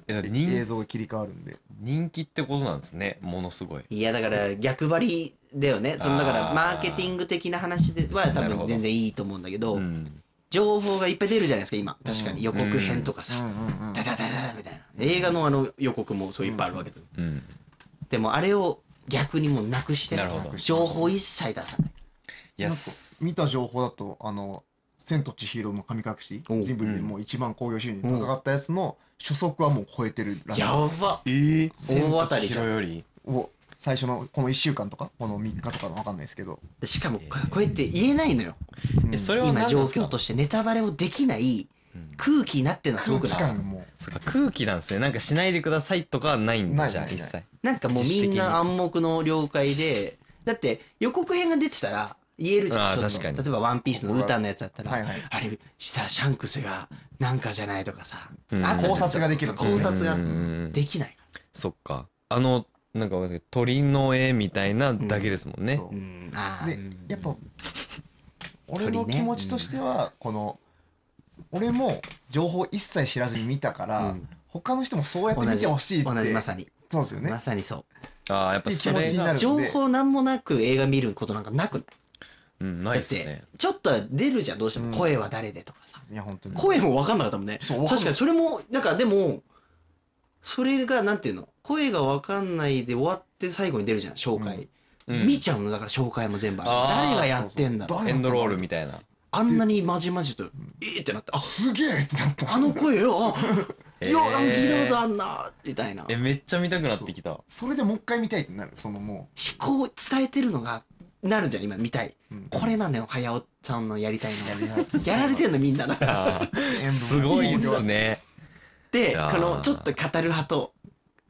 Speaker 4: え
Speaker 3: う映
Speaker 4: 人
Speaker 3: 像が切り替わるんで。
Speaker 4: 人気ってことなんですねものすごい
Speaker 2: いやだから逆張りだよね、そのだから
Speaker 4: あー
Speaker 2: マーケティング的な話では多
Speaker 4: なるほ
Speaker 2: 分
Speaker 4: ど
Speaker 2: 全然いいと思うんだけど、
Speaker 4: うん
Speaker 2: 情報がいっぱい出るじゃないですか、今、確かに予告編とか
Speaker 3: う
Speaker 2: さ、
Speaker 3: んうんうん
Speaker 2: ダダダダダみたいな、映画のあの予告もそういっぱいあるわけで、
Speaker 4: うん
Speaker 2: でもあれを逆にもうなくして
Speaker 4: な、るほど
Speaker 2: 情報一切出さない、
Speaker 3: な
Speaker 4: いや
Speaker 3: んか
Speaker 4: す
Speaker 3: 見た情報だと、あの、千と千尋の神隠し、
Speaker 2: おう
Speaker 3: ジブリでもう一番興行収入高かったやつの初速はもう超えてるらしい
Speaker 2: や
Speaker 3: です。
Speaker 2: ば、
Speaker 4: えー
Speaker 3: 千
Speaker 2: 大当
Speaker 3: と
Speaker 2: たりじゃ
Speaker 4: 白
Speaker 2: ん、
Speaker 4: より
Speaker 3: を最初のこの1週間とか、この3日とかのわかんないですけど。
Speaker 2: でしかもここうやって言えないのよ、
Speaker 3: うん
Speaker 4: えそれは
Speaker 2: 今、
Speaker 4: 何
Speaker 2: 状
Speaker 4: ですか
Speaker 2: 況としてネタバレをできない
Speaker 4: うん
Speaker 2: 空気になってるのはす
Speaker 3: 空
Speaker 2: ごく
Speaker 3: 気
Speaker 2: ない
Speaker 3: 感がもう。
Speaker 4: そうか空気なんですねなんかしないでくださいとかはないん
Speaker 3: な
Speaker 4: だ
Speaker 3: い
Speaker 4: じゃあ
Speaker 3: ない
Speaker 4: 一切
Speaker 2: なんかもうみんな暗黙の了解で、だって予告編が出てたら言えるじゃん、
Speaker 4: あー
Speaker 2: ちょっと
Speaker 4: 確かに
Speaker 2: 例えばワンピースの歌のやつだったら、
Speaker 3: はいはい。
Speaker 2: あれさ、シャンクスがなんかじゃないとかさ、
Speaker 4: うん
Speaker 2: あったじゃん
Speaker 3: 考察ができる
Speaker 2: そう考察が
Speaker 4: うんうんうん
Speaker 2: できないか
Speaker 4: そっかあのなんかわかんないけど鳥の絵みたいなだけですもんね
Speaker 3: そ
Speaker 2: ら。うん、ああ、
Speaker 3: で
Speaker 2: うん
Speaker 3: やっぱ、
Speaker 2: 鳥ね
Speaker 3: 俺の気持ちとしては、この、俺も情報一切知らずに見たから、
Speaker 2: うん
Speaker 3: 他の人もそうやって見てほしいって。
Speaker 2: 同じまさに、
Speaker 3: そうですよね
Speaker 2: ま。さにそ
Speaker 4: ああやっぱそ
Speaker 3: いい気持
Speaker 4: れ
Speaker 3: ちにな
Speaker 4: が
Speaker 3: るん
Speaker 2: う。
Speaker 3: で
Speaker 2: 情報なんもなく映画見ることなんかなくない
Speaker 4: うんないです
Speaker 2: だっ
Speaker 4: ね
Speaker 2: てちょっとは出るじゃん、どうして
Speaker 3: う
Speaker 2: も。
Speaker 3: ん
Speaker 2: 声は誰でとかさ。
Speaker 3: いや、本当に。
Speaker 2: 声も分かんなかったもんね。
Speaker 3: そう、
Speaker 2: 確かにそれもなんかでもそれがなんていうの声が分かんないで終わって最後に出るじゃん紹介、
Speaker 4: うん
Speaker 2: 見ちゃうのだから紹介も全部あれ
Speaker 4: あー
Speaker 2: 誰がやってんだろう
Speaker 3: そうそう
Speaker 4: エンドロールみたいな
Speaker 2: あんなにまじまじと「えー、ってなって「あ
Speaker 3: すげえってなった。
Speaker 2: あの声よあよあ聞いたこと
Speaker 4: えー
Speaker 2: あんな」みたいな
Speaker 4: えめっちゃ見たくなってきた
Speaker 3: それでもう一回見たいってなる。そのも。
Speaker 2: こう伝えてるのがなるじゃん今見たいう
Speaker 3: うん
Speaker 2: これなのよ早尾さんのやりたい
Speaker 3: や
Speaker 2: の
Speaker 3: りな
Speaker 2: やられてんのみんなだから
Speaker 4: あー
Speaker 3: 塩分
Speaker 4: すごいっすね
Speaker 2: で
Speaker 4: いやー
Speaker 2: このちょっと語る派と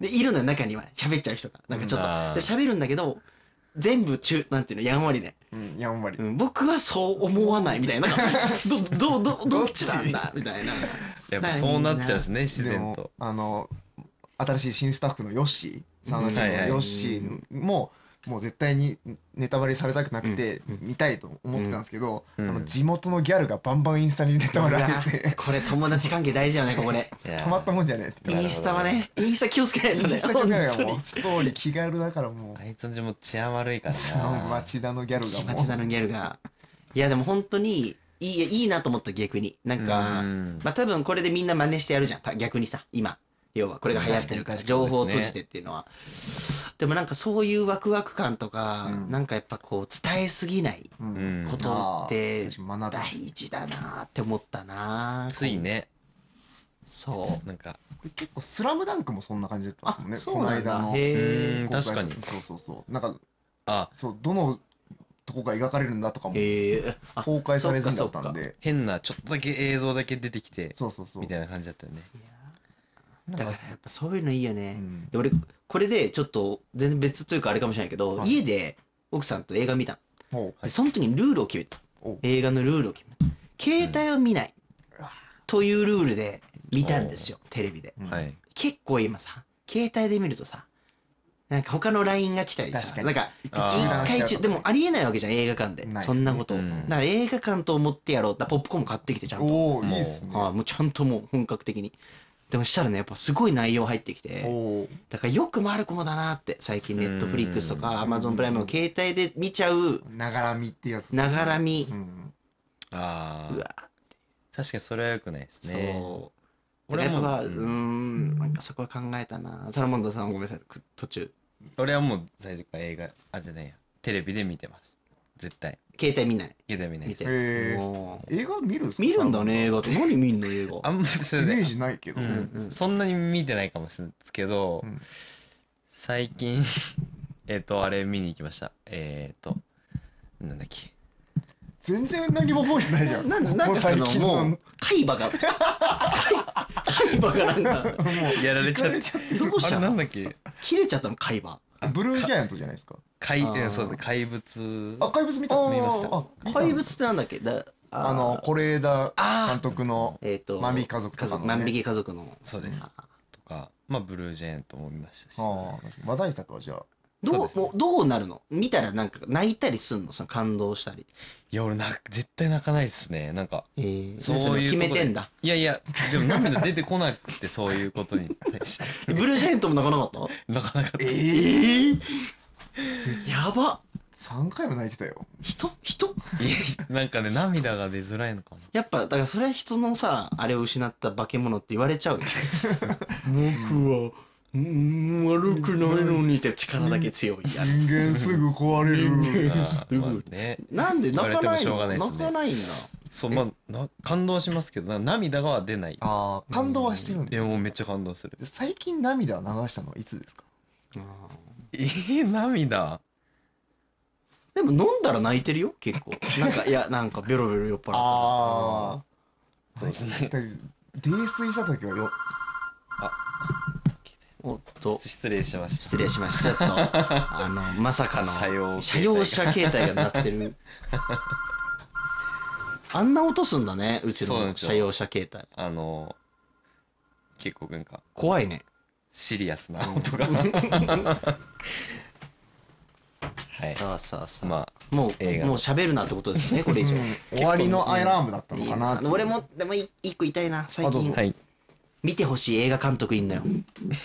Speaker 2: でいるのよ中には喋っちゃう人がなんかちょっと
Speaker 4: うんあー
Speaker 2: で喋るんだけど全部中なんていうのやんわりで、
Speaker 3: うん、やんわり
Speaker 2: う。ん、僕はそう思わないみたいななんかどどどどっちなんだみたいな
Speaker 4: やっぱそうなっちゃうしね自
Speaker 3: で
Speaker 4: 然
Speaker 3: も
Speaker 4: と
Speaker 3: あの新しい新スタッフのヨッシーサウナチームのヨッシーももう絶対にネタバレされたくなくて、
Speaker 2: うんう
Speaker 3: 見たいと思ってたんですけど、
Speaker 4: うん
Speaker 3: あの地元のギャルがバンバンインスタにネタバレあげて、
Speaker 2: これ友達関係大事よねここで
Speaker 4: いやー
Speaker 3: たまったもんじゃねえって。
Speaker 2: インスタはねインスタ気をつけない
Speaker 3: イン
Speaker 2: とね
Speaker 3: スタじゃないからも
Speaker 2: 本
Speaker 3: う、ストーリー気軽だからも
Speaker 4: あいつの地元治安悪いから
Speaker 3: う、
Speaker 4: な
Speaker 3: 町田のギャ
Speaker 2: 当
Speaker 3: ル
Speaker 2: に
Speaker 3: がも
Speaker 2: 町田
Speaker 3: う、
Speaker 2: のギャルがいやでも本当にいいいいなと思った逆になんか
Speaker 4: うん
Speaker 2: まあ多分これでみんな真似してやるじゃんた逆にさ今要はこれが流行ってるから
Speaker 4: 確か
Speaker 2: 情
Speaker 4: に
Speaker 2: 報を
Speaker 4: 確
Speaker 2: 閉
Speaker 4: かに
Speaker 2: じてっていうのはでもなんかそういうワクワク感とか、
Speaker 3: うん。
Speaker 2: なんかやっぱこう伝えすぎないう
Speaker 4: うんん
Speaker 2: ことって
Speaker 3: あー学ぶ
Speaker 2: 大事だなって思ったな
Speaker 4: ついね
Speaker 2: そう
Speaker 4: なんか
Speaker 3: これ結構、スラムダンクもそんな感じだったんですもんね、
Speaker 2: そうなんだ
Speaker 3: この間の
Speaker 2: へ
Speaker 4: う
Speaker 2: え
Speaker 4: ん確かに
Speaker 3: 公開そうそうそう。なんか、
Speaker 4: あ
Speaker 3: そう、どのとこが描かれるんだとかも
Speaker 2: へえあ
Speaker 3: 公開されずにだったんで、
Speaker 4: 変なちょっとだけ映像だけ出てきて
Speaker 3: そうそうそう。
Speaker 4: みたいな感じだったよね
Speaker 2: だからさやっぱそういうのいいよね、
Speaker 3: うん
Speaker 2: で俺これでちょっと全然別というかあれかもしれないけど、
Speaker 3: はい
Speaker 2: 家で奥さんと映画見たの
Speaker 3: もう、
Speaker 2: でその時にルールを決めた
Speaker 3: お
Speaker 2: 映画のルールを決めた携帯を見ない、
Speaker 3: うん
Speaker 2: というルールで見たんですよテレビで
Speaker 3: うん
Speaker 4: はい
Speaker 2: 結構今さ携帯で見るとさなんか他の LINE が来たりさ
Speaker 3: 確かに
Speaker 2: なんか
Speaker 4: あー
Speaker 2: 一回
Speaker 3: 中
Speaker 2: 中でもありえないわけじゃん映画館で
Speaker 3: ないですね
Speaker 2: そんなこと、
Speaker 4: うん
Speaker 2: だから映画館と思ってやろうだからポップコーン買ってきてちゃんと
Speaker 3: おおいいっすね。
Speaker 2: ああもうちゃんともう本格的にでもしたらねやっぱすごい内容入ってきて
Speaker 3: おー
Speaker 2: だからよく回る子もだなって最近
Speaker 4: うん
Speaker 2: ネットフリックスとかアマゾ
Speaker 3: う
Speaker 2: ン
Speaker 3: ん
Speaker 2: プライムを携帯で見ちゃう
Speaker 3: ながらみってやつ。
Speaker 2: ながらみ
Speaker 3: うん。
Speaker 4: あ
Speaker 2: う
Speaker 4: あ
Speaker 2: わ
Speaker 4: 確かにそれはよくないですね
Speaker 2: そう
Speaker 4: 俺
Speaker 2: 俺
Speaker 4: も
Speaker 2: はう
Speaker 4: うん
Speaker 2: ーんなんかそこは考えたなサラモンドさんごめんなさいく途中
Speaker 4: 俺はもう最初から映画あじゃないやテレビで見てます絶対
Speaker 2: 携帯見ない
Speaker 4: 家で見ない
Speaker 2: 見
Speaker 4: で
Speaker 2: て
Speaker 4: す
Speaker 3: へー
Speaker 2: もう
Speaker 3: 映画見るんすか
Speaker 2: 見るんだね映画って何見んの映画
Speaker 4: あんまりそ
Speaker 3: イ
Speaker 4: れで
Speaker 3: メージないけど
Speaker 4: う。ん
Speaker 2: うん
Speaker 4: そんなに見てないかもしれないですけど、
Speaker 3: うん
Speaker 4: 最近 えっとあれ見に行きましたえっ、となんだっけ
Speaker 3: 全然何も覚えてないじゃん。
Speaker 2: なんなん
Speaker 3: も
Speaker 2: か
Speaker 3: う
Speaker 2: そ
Speaker 3: 最
Speaker 2: の
Speaker 3: 近
Speaker 2: も
Speaker 3: の
Speaker 2: う海馬 が海馬がなんか
Speaker 4: やられちゃ
Speaker 3: 行
Speaker 4: っ
Speaker 3: かれ
Speaker 4: た
Speaker 3: ちゃっ
Speaker 2: どうし
Speaker 4: あ
Speaker 2: た
Speaker 4: れなん
Speaker 2: の
Speaker 4: だっけ
Speaker 2: 切れちゃったの海馬
Speaker 3: たブルージャイアントじゃないですか。
Speaker 4: 怪
Speaker 2: あー
Speaker 4: そうですね怪物
Speaker 3: あ、怪物見た
Speaker 4: あー見ました
Speaker 3: あ見た
Speaker 2: 怪物ってなんだっけだ
Speaker 3: あの、是枝
Speaker 2: あ
Speaker 3: 監督の
Speaker 2: ーえっと
Speaker 3: 万引き家族と
Speaker 2: 家
Speaker 3: か
Speaker 2: 族
Speaker 3: の
Speaker 2: 万引
Speaker 3: ね。
Speaker 2: き家族の
Speaker 4: そうです
Speaker 2: あ
Speaker 4: とかまあブルージェイアントも見ましたし
Speaker 3: ああ、確かに話題作はじゃあ。
Speaker 2: ーど
Speaker 4: そう
Speaker 2: う
Speaker 4: ですね
Speaker 2: もうどうなるの見たらなんか泣いたりすんのその感動したり
Speaker 4: いや俺な絶対泣かないですねなんか
Speaker 2: えー
Speaker 4: そういう
Speaker 2: れ決め
Speaker 4: とこ
Speaker 2: てんだ
Speaker 4: いやいやでも涙出てこなくてそういうことに対して
Speaker 2: ブルージェイアントも泣かなかった
Speaker 4: なかなか
Speaker 2: ええやば
Speaker 3: 3回も泣いてたよ。
Speaker 2: 人人
Speaker 4: いやなんかね涙が出づらいのかな
Speaker 2: やっぱだからそれは人のさあれを失った化け物って言われちゃうよね僕はうん悪くないのにって力だけ強いや
Speaker 3: 人間すぐ壊れ
Speaker 2: 人
Speaker 3: る
Speaker 2: 間。
Speaker 4: あーまあね
Speaker 2: なんで
Speaker 4: 言わ
Speaker 2: 泣か
Speaker 4: れても
Speaker 2: ない
Speaker 4: しょう
Speaker 2: の
Speaker 4: がないです
Speaker 2: 泣
Speaker 4: ね
Speaker 2: かないんだ
Speaker 4: そうまあな感動しますけどな涙が出ない
Speaker 3: ああ、感動はしてるん
Speaker 4: い
Speaker 3: で。
Speaker 4: やもうめっちゃ感動する
Speaker 3: 最近涙を流したのはいつですか
Speaker 4: えー、涙
Speaker 2: でも飲んだら泣いてるよ結構なんかいやなんかベロベロ酔っ払って
Speaker 3: ああ。
Speaker 4: そうですね。
Speaker 3: 泥酔した時はよ、
Speaker 2: おっと
Speaker 4: 失礼しました
Speaker 2: 失礼し ましたちょっとあのまさかの
Speaker 4: 車用
Speaker 2: 車用車携帯が鳴って るあんな音すんだねうち
Speaker 4: そうなん
Speaker 2: の
Speaker 4: ですよ
Speaker 2: 車用車携帯
Speaker 4: あの結構なんか
Speaker 2: 怖いね
Speaker 4: シリアスな音がはい
Speaker 2: さあさあさあ、
Speaker 4: まあ
Speaker 2: もう
Speaker 4: 映画
Speaker 2: もう喋るなってことですよねこれ以上、
Speaker 3: うん終わりのアラームだったのかなって
Speaker 2: いい俺もでもい一個言いたいな最
Speaker 3: あどう
Speaker 2: 近
Speaker 3: ぞ
Speaker 4: はい
Speaker 2: 見てほしい映画監督いんのよ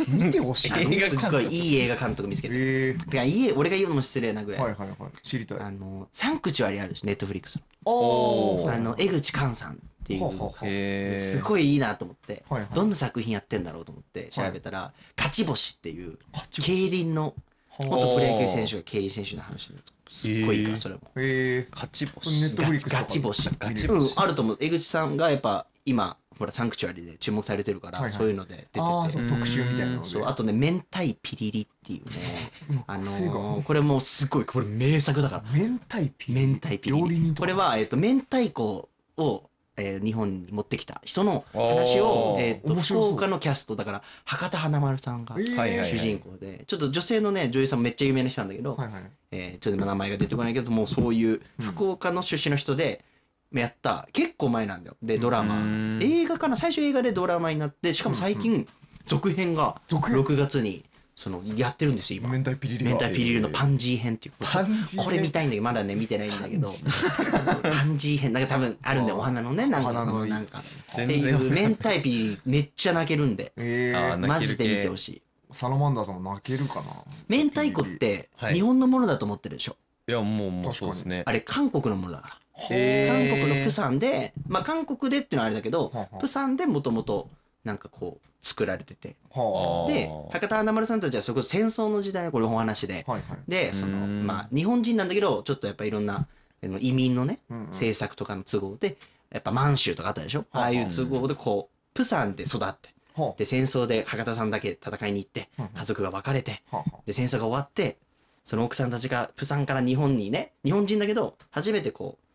Speaker 3: 見てほしい。
Speaker 2: あの
Speaker 4: 映画
Speaker 2: す
Speaker 4: 監
Speaker 2: っ
Speaker 4: 督
Speaker 2: ごいい い映画監督見つけて
Speaker 3: え
Speaker 2: いやいい俺が言うのも失礼なぐ
Speaker 3: え
Speaker 2: らい、
Speaker 3: はいはいはい。知りたい。
Speaker 2: あのサンクチュアリあるしネットフリックス
Speaker 3: お
Speaker 2: の
Speaker 4: おー
Speaker 2: あの江口寛さんってい
Speaker 3: ほうほう
Speaker 2: う
Speaker 3: ほう
Speaker 4: へえ
Speaker 2: す
Speaker 4: い
Speaker 2: ごいいいなと思って
Speaker 3: はいはい
Speaker 2: どんな作品やってんだろうと思って調べたら「勝ち星」っていう競輪の元プロ野球選手が競輪選手の話すっごいいいか
Speaker 4: へ
Speaker 2: ら
Speaker 4: ー
Speaker 2: それも
Speaker 3: ええ
Speaker 4: 勝ち
Speaker 3: それネ
Speaker 4: 星
Speaker 3: ットフリックスとか
Speaker 2: ガチ星
Speaker 4: ガチ
Speaker 2: うん
Speaker 4: 星
Speaker 2: あると思う江口さんがやっぱ今ほらサンクチュアリで注目されてるか
Speaker 3: はいは
Speaker 2: ら
Speaker 3: い
Speaker 2: そういうので出
Speaker 3: ああ、
Speaker 2: てて
Speaker 3: そう、特集みたいなので。
Speaker 2: そうあとね明太ピリリっていうね あの
Speaker 3: 癖が
Speaker 2: ーこれもうすごいこれ名作だから
Speaker 3: 明太ピリ。
Speaker 2: 明太ピリ
Speaker 3: 料理人
Speaker 2: リ
Speaker 3: と
Speaker 2: こ
Speaker 3: か
Speaker 2: れは、えっと明太子を、えー日本に持ってきた人の話
Speaker 4: お
Speaker 2: を
Speaker 4: ー、
Speaker 2: えっと
Speaker 3: 面白
Speaker 2: 福
Speaker 3: そう
Speaker 2: 岡のキャストだから博多華丸さんが
Speaker 3: ええ
Speaker 4: はいはい
Speaker 2: 主人公でちょっと女性のね女優さんめっちゃ有名な人なんだけど
Speaker 3: はいはい。
Speaker 2: えーちょっと今名前が出てこないけどもうそういう福岡の出身の人でやった結構前なんだよでドラ
Speaker 4: う
Speaker 2: マ
Speaker 4: ん
Speaker 2: 映画かな最初映画でドラマになってしかも最近続編が
Speaker 3: 続編
Speaker 2: 6月にそのやってるんですよ今
Speaker 3: 明太ピリリが
Speaker 2: 明太ピリリのパンジー編っていう
Speaker 3: パンジー
Speaker 2: これ見たいんだけどまだね見てないんだけど
Speaker 3: パンジ
Speaker 2: パンジー編なんか多分あるんでお花のねなんか
Speaker 3: お花のいい
Speaker 2: なんかって
Speaker 4: 全
Speaker 2: い
Speaker 4: 然
Speaker 2: う明太ピリリめっちゃ泣けるんで
Speaker 3: え
Speaker 4: あー
Speaker 3: ー
Speaker 4: 泣ける系
Speaker 2: マジで見てほしい
Speaker 3: サラマンダーさんも泣けるかな
Speaker 2: 明太子って
Speaker 4: はい
Speaker 2: 日本のものだと思ってるでしょ
Speaker 4: いやもうもう
Speaker 3: 確か
Speaker 4: そう
Speaker 3: に
Speaker 4: ですね
Speaker 2: あれ韓国のものだから
Speaker 4: へ
Speaker 2: 韓
Speaker 4: ー
Speaker 2: 国のプサンでまあ韓国でっていうのはあれだけど
Speaker 3: はあは
Speaker 2: プサンでもともとなんかこう作られてて
Speaker 3: あは
Speaker 2: で
Speaker 4: あー
Speaker 2: 博多華丸さんたちはそれこそ戦争の時代のこれお話で
Speaker 3: あはいはい
Speaker 2: でその
Speaker 4: うん
Speaker 2: まあ日本人なんだけどちょっとやっぱいろんなあの移民のね
Speaker 3: うんうん
Speaker 2: 政策とかの都合でやっぱ満州とかあったでしょ
Speaker 3: はあ
Speaker 2: ああいう都合でこうプサンで育って
Speaker 3: はあ
Speaker 2: で戦争で博多さんだけ戦いに行って
Speaker 3: うんうん
Speaker 2: 家族が別れて
Speaker 3: はあは
Speaker 2: で戦争が終わってその奥さんたちがプサンから日本にね日本人だけど初めてこう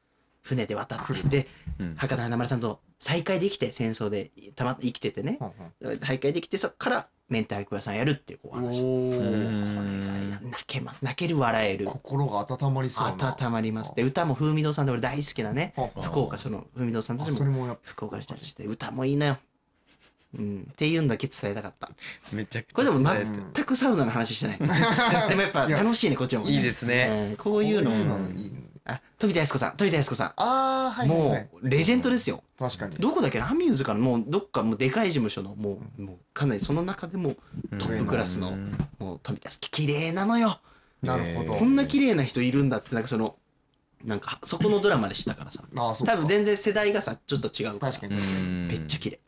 Speaker 2: 船で渡って
Speaker 3: 来る
Speaker 2: で
Speaker 4: うん
Speaker 2: 博多華丸さんと再会できて戦争でたま生きててね
Speaker 3: あはあは
Speaker 2: 再会できてそっから明太子屋さんやるっていうこうお
Speaker 3: あお
Speaker 2: 話
Speaker 3: ー
Speaker 2: これが泣けます泣ける笑える
Speaker 3: 心が温まりそうな
Speaker 2: 温まりますで歌も風味堂さんで俺大好きなね
Speaker 3: はあは
Speaker 2: 福岡その風味堂さん
Speaker 3: あ
Speaker 2: た
Speaker 3: あ
Speaker 2: ち
Speaker 3: それ
Speaker 2: も
Speaker 3: もやっぱ
Speaker 2: 福岡の人たちで歌もいいなようんっていうんだけ伝えたかった
Speaker 4: めちゃくちゃ
Speaker 2: これでも
Speaker 4: 伝え
Speaker 3: う ん
Speaker 2: 全くサウナの話してないでもやっぱ楽しいねこっちも
Speaker 4: いいですね
Speaker 2: うんこういうの
Speaker 3: こ
Speaker 2: も
Speaker 3: いいね
Speaker 2: あ富田靖子さん富田靖子さ
Speaker 3: ああは
Speaker 2: ん
Speaker 3: いはいは
Speaker 2: も
Speaker 3: いう
Speaker 2: レジェンドですよ
Speaker 3: 確かに
Speaker 2: どこだっけなアミューズかなもうどっかもうでかい事務所のもうもうかなりその中でもトップクラスの
Speaker 4: うん
Speaker 2: もう富田靖子綺麗なのよ
Speaker 3: なるほど
Speaker 4: えー
Speaker 2: こんな綺麗な人いるんだってなんかそのなんかそこのドラマでしたからさ
Speaker 3: ああそうか
Speaker 2: 多分全然世代がさちょっと違うから
Speaker 3: 確かに
Speaker 4: うん
Speaker 2: めっちゃ綺麗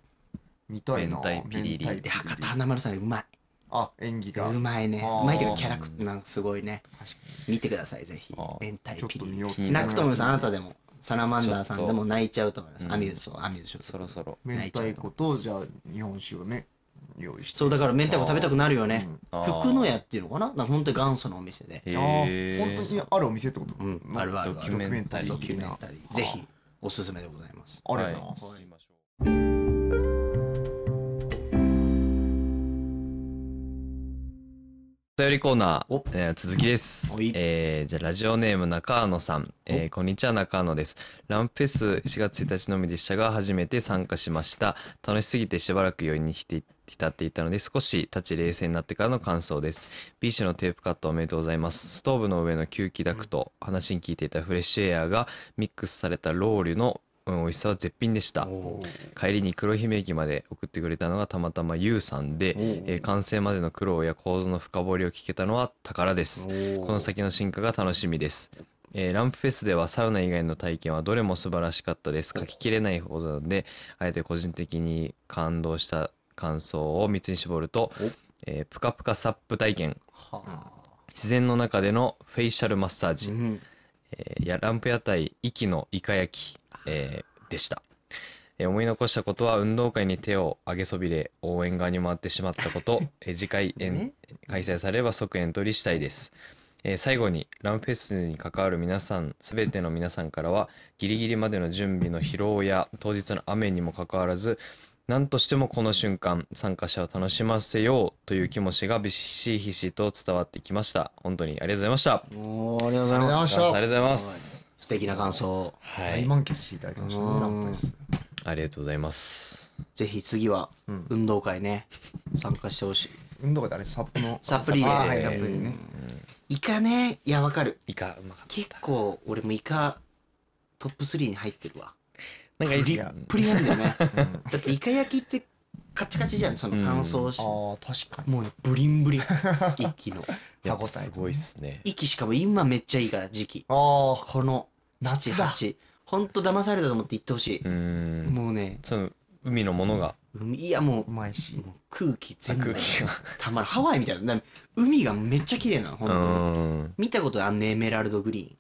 Speaker 3: 見たいな
Speaker 4: 明太ピリリ
Speaker 3: 明太
Speaker 2: で博多華丸さんうま
Speaker 3: あ演技
Speaker 2: い
Speaker 3: が
Speaker 2: うまいね
Speaker 3: あー
Speaker 2: うまいけどキャラクターなんかすごいね
Speaker 3: 確か
Speaker 2: 見てくださいぜひ
Speaker 4: あー
Speaker 2: 明
Speaker 3: ち
Speaker 2: 太
Speaker 3: ょっ
Speaker 2: ピ
Speaker 3: と
Speaker 2: リ
Speaker 3: 見
Speaker 2: リ
Speaker 3: よう
Speaker 4: 気に
Speaker 2: 泣くと思いますあなた
Speaker 3: で
Speaker 2: でもサラマンダーさんでも泣いちゃうと思いま
Speaker 4: ち
Speaker 2: す
Speaker 4: ょっと
Speaker 2: アミューズそうアミューズショー
Speaker 4: そろそろ
Speaker 3: 明太子とじゃあ日本酒をね用意して
Speaker 2: そうだから明太子食べたくなるよね
Speaker 3: うん
Speaker 4: あー
Speaker 2: 福の屋っていうのかななんか本当に元祖のお店で
Speaker 4: へ
Speaker 3: あ
Speaker 4: ー
Speaker 3: ー本当にあるお店ってこと
Speaker 2: うんあるあるある
Speaker 4: ドキュメンタリー
Speaker 2: ド
Speaker 3: ド
Speaker 2: キ
Speaker 3: キ
Speaker 2: ュ
Speaker 3: ュ
Speaker 2: メ
Speaker 3: メ
Speaker 2: ン
Speaker 3: ン
Speaker 2: タ
Speaker 3: タ
Speaker 2: リ
Speaker 3: リ
Speaker 2: ー
Speaker 3: ー
Speaker 2: ぜひおすすめでございます
Speaker 3: ありがとうございます、
Speaker 4: はお便りコーナー
Speaker 2: お、
Speaker 4: えー続きです
Speaker 2: おい。
Speaker 4: えーじゃあラジオネーム中野さん、えーこんにちは中野です。ランフェス4月1日のみでしたが初めて参加しました。楽しすぎてしばらく余韻に浸っていたので少し立ち冷静になってからの感想です。ビッシュのテープカットおめでとうございます。ストーブの上の吸気ダクト、話に聞いていたフレッシュエアがミックスされたロウリュのうん美味しさは絶品でした。
Speaker 2: おー
Speaker 4: 帰りに黒姫駅まで送ってくれたのがたまたまゆうさんで、えー完成までの苦労や構造の深掘りを聞けたのは宝です。この先の進化が楽しみです。えーランプフェスではサウナ以外の体験はどれも素晴らしかったです。書ききれないほどなので、あえて個人的に感動した感想を3つに絞ると、えーぷかぷかサップ体験、自然の中でのフェイシャルマッサージ、
Speaker 2: うん
Speaker 4: えーやランプ屋台息のイカ焼き、えーでした、えー思い残したことは運動会に手を上げそびれ応援側に回ってしまったこと えー次回、えん
Speaker 2: ね
Speaker 4: 開催されれば即エントリーしたいです、えー最後にランフェスに関わる皆さんすべての皆さんからはギリギリまでの準備の疲労や当日の雨にもかかわらず何としてもこの瞬間参加者を楽しませようという気持ちがびしひしと伝わってきました本当にありがとうございました
Speaker 2: おーありがとうございます
Speaker 3: ありがとうございました
Speaker 4: ありがとうございます
Speaker 2: 素敵な感想
Speaker 4: は
Speaker 3: 大
Speaker 4: い。
Speaker 3: 満喫していただきましたね
Speaker 2: うん
Speaker 3: ランプです
Speaker 4: ありがとうございます。
Speaker 2: ぜひ次は
Speaker 3: うん
Speaker 2: 運動会ね参加してほしい
Speaker 3: 運動会であれサップの
Speaker 2: サップリーグ
Speaker 3: あ
Speaker 2: で
Speaker 3: ーはい
Speaker 4: サ
Speaker 3: ラ
Speaker 4: ッ
Speaker 3: ッ
Speaker 4: プ
Speaker 3: プ
Speaker 4: リ
Speaker 3: リー
Speaker 4: ーグ
Speaker 3: グ
Speaker 4: ね
Speaker 3: ね
Speaker 2: イカねいやわかる
Speaker 4: イカ、うまかった。
Speaker 2: 結構俺もイカトップ3に入ってるわ
Speaker 4: なんかいいっ
Speaker 2: プ
Speaker 4: す
Speaker 2: リ
Speaker 4: ね
Speaker 2: ップリ なんだよね
Speaker 3: うんあ
Speaker 2: だってイカ焼きってカチカチじゃんその乾燥し
Speaker 3: ー確かに
Speaker 2: もうねブリンブリン息の
Speaker 4: や
Speaker 3: 歯応え
Speaker 4: っぱ
Speaker 3: とね
Speaker 4: すごいっすね。
Speaker 2: 息しかも今めっちゃいいから時期
Speaker 3: あ
Speaker 2: この
Speaker 3: 夏だ
Speaker 2: 78ほんと騙されたと思って行ってほし
Speaker 4: うー
Speaker 2: い
Speaker 4: ん。
Speaker 2: もうね
Speaker 4: その、海のものが。
Speaker 2: うんいやも
Speaker 3: ーうまいし
Speaker 2: うもう空気全部
Speaker 4: あ空気が
Speaker 2: たまらんハワイみたいな海がめっちゃ綺麗なの
Speaker 4: う
Speaker 2: 本当に
Speaker 4: ーん。
Speaker 2: 見たことあんねエメラルドグリーン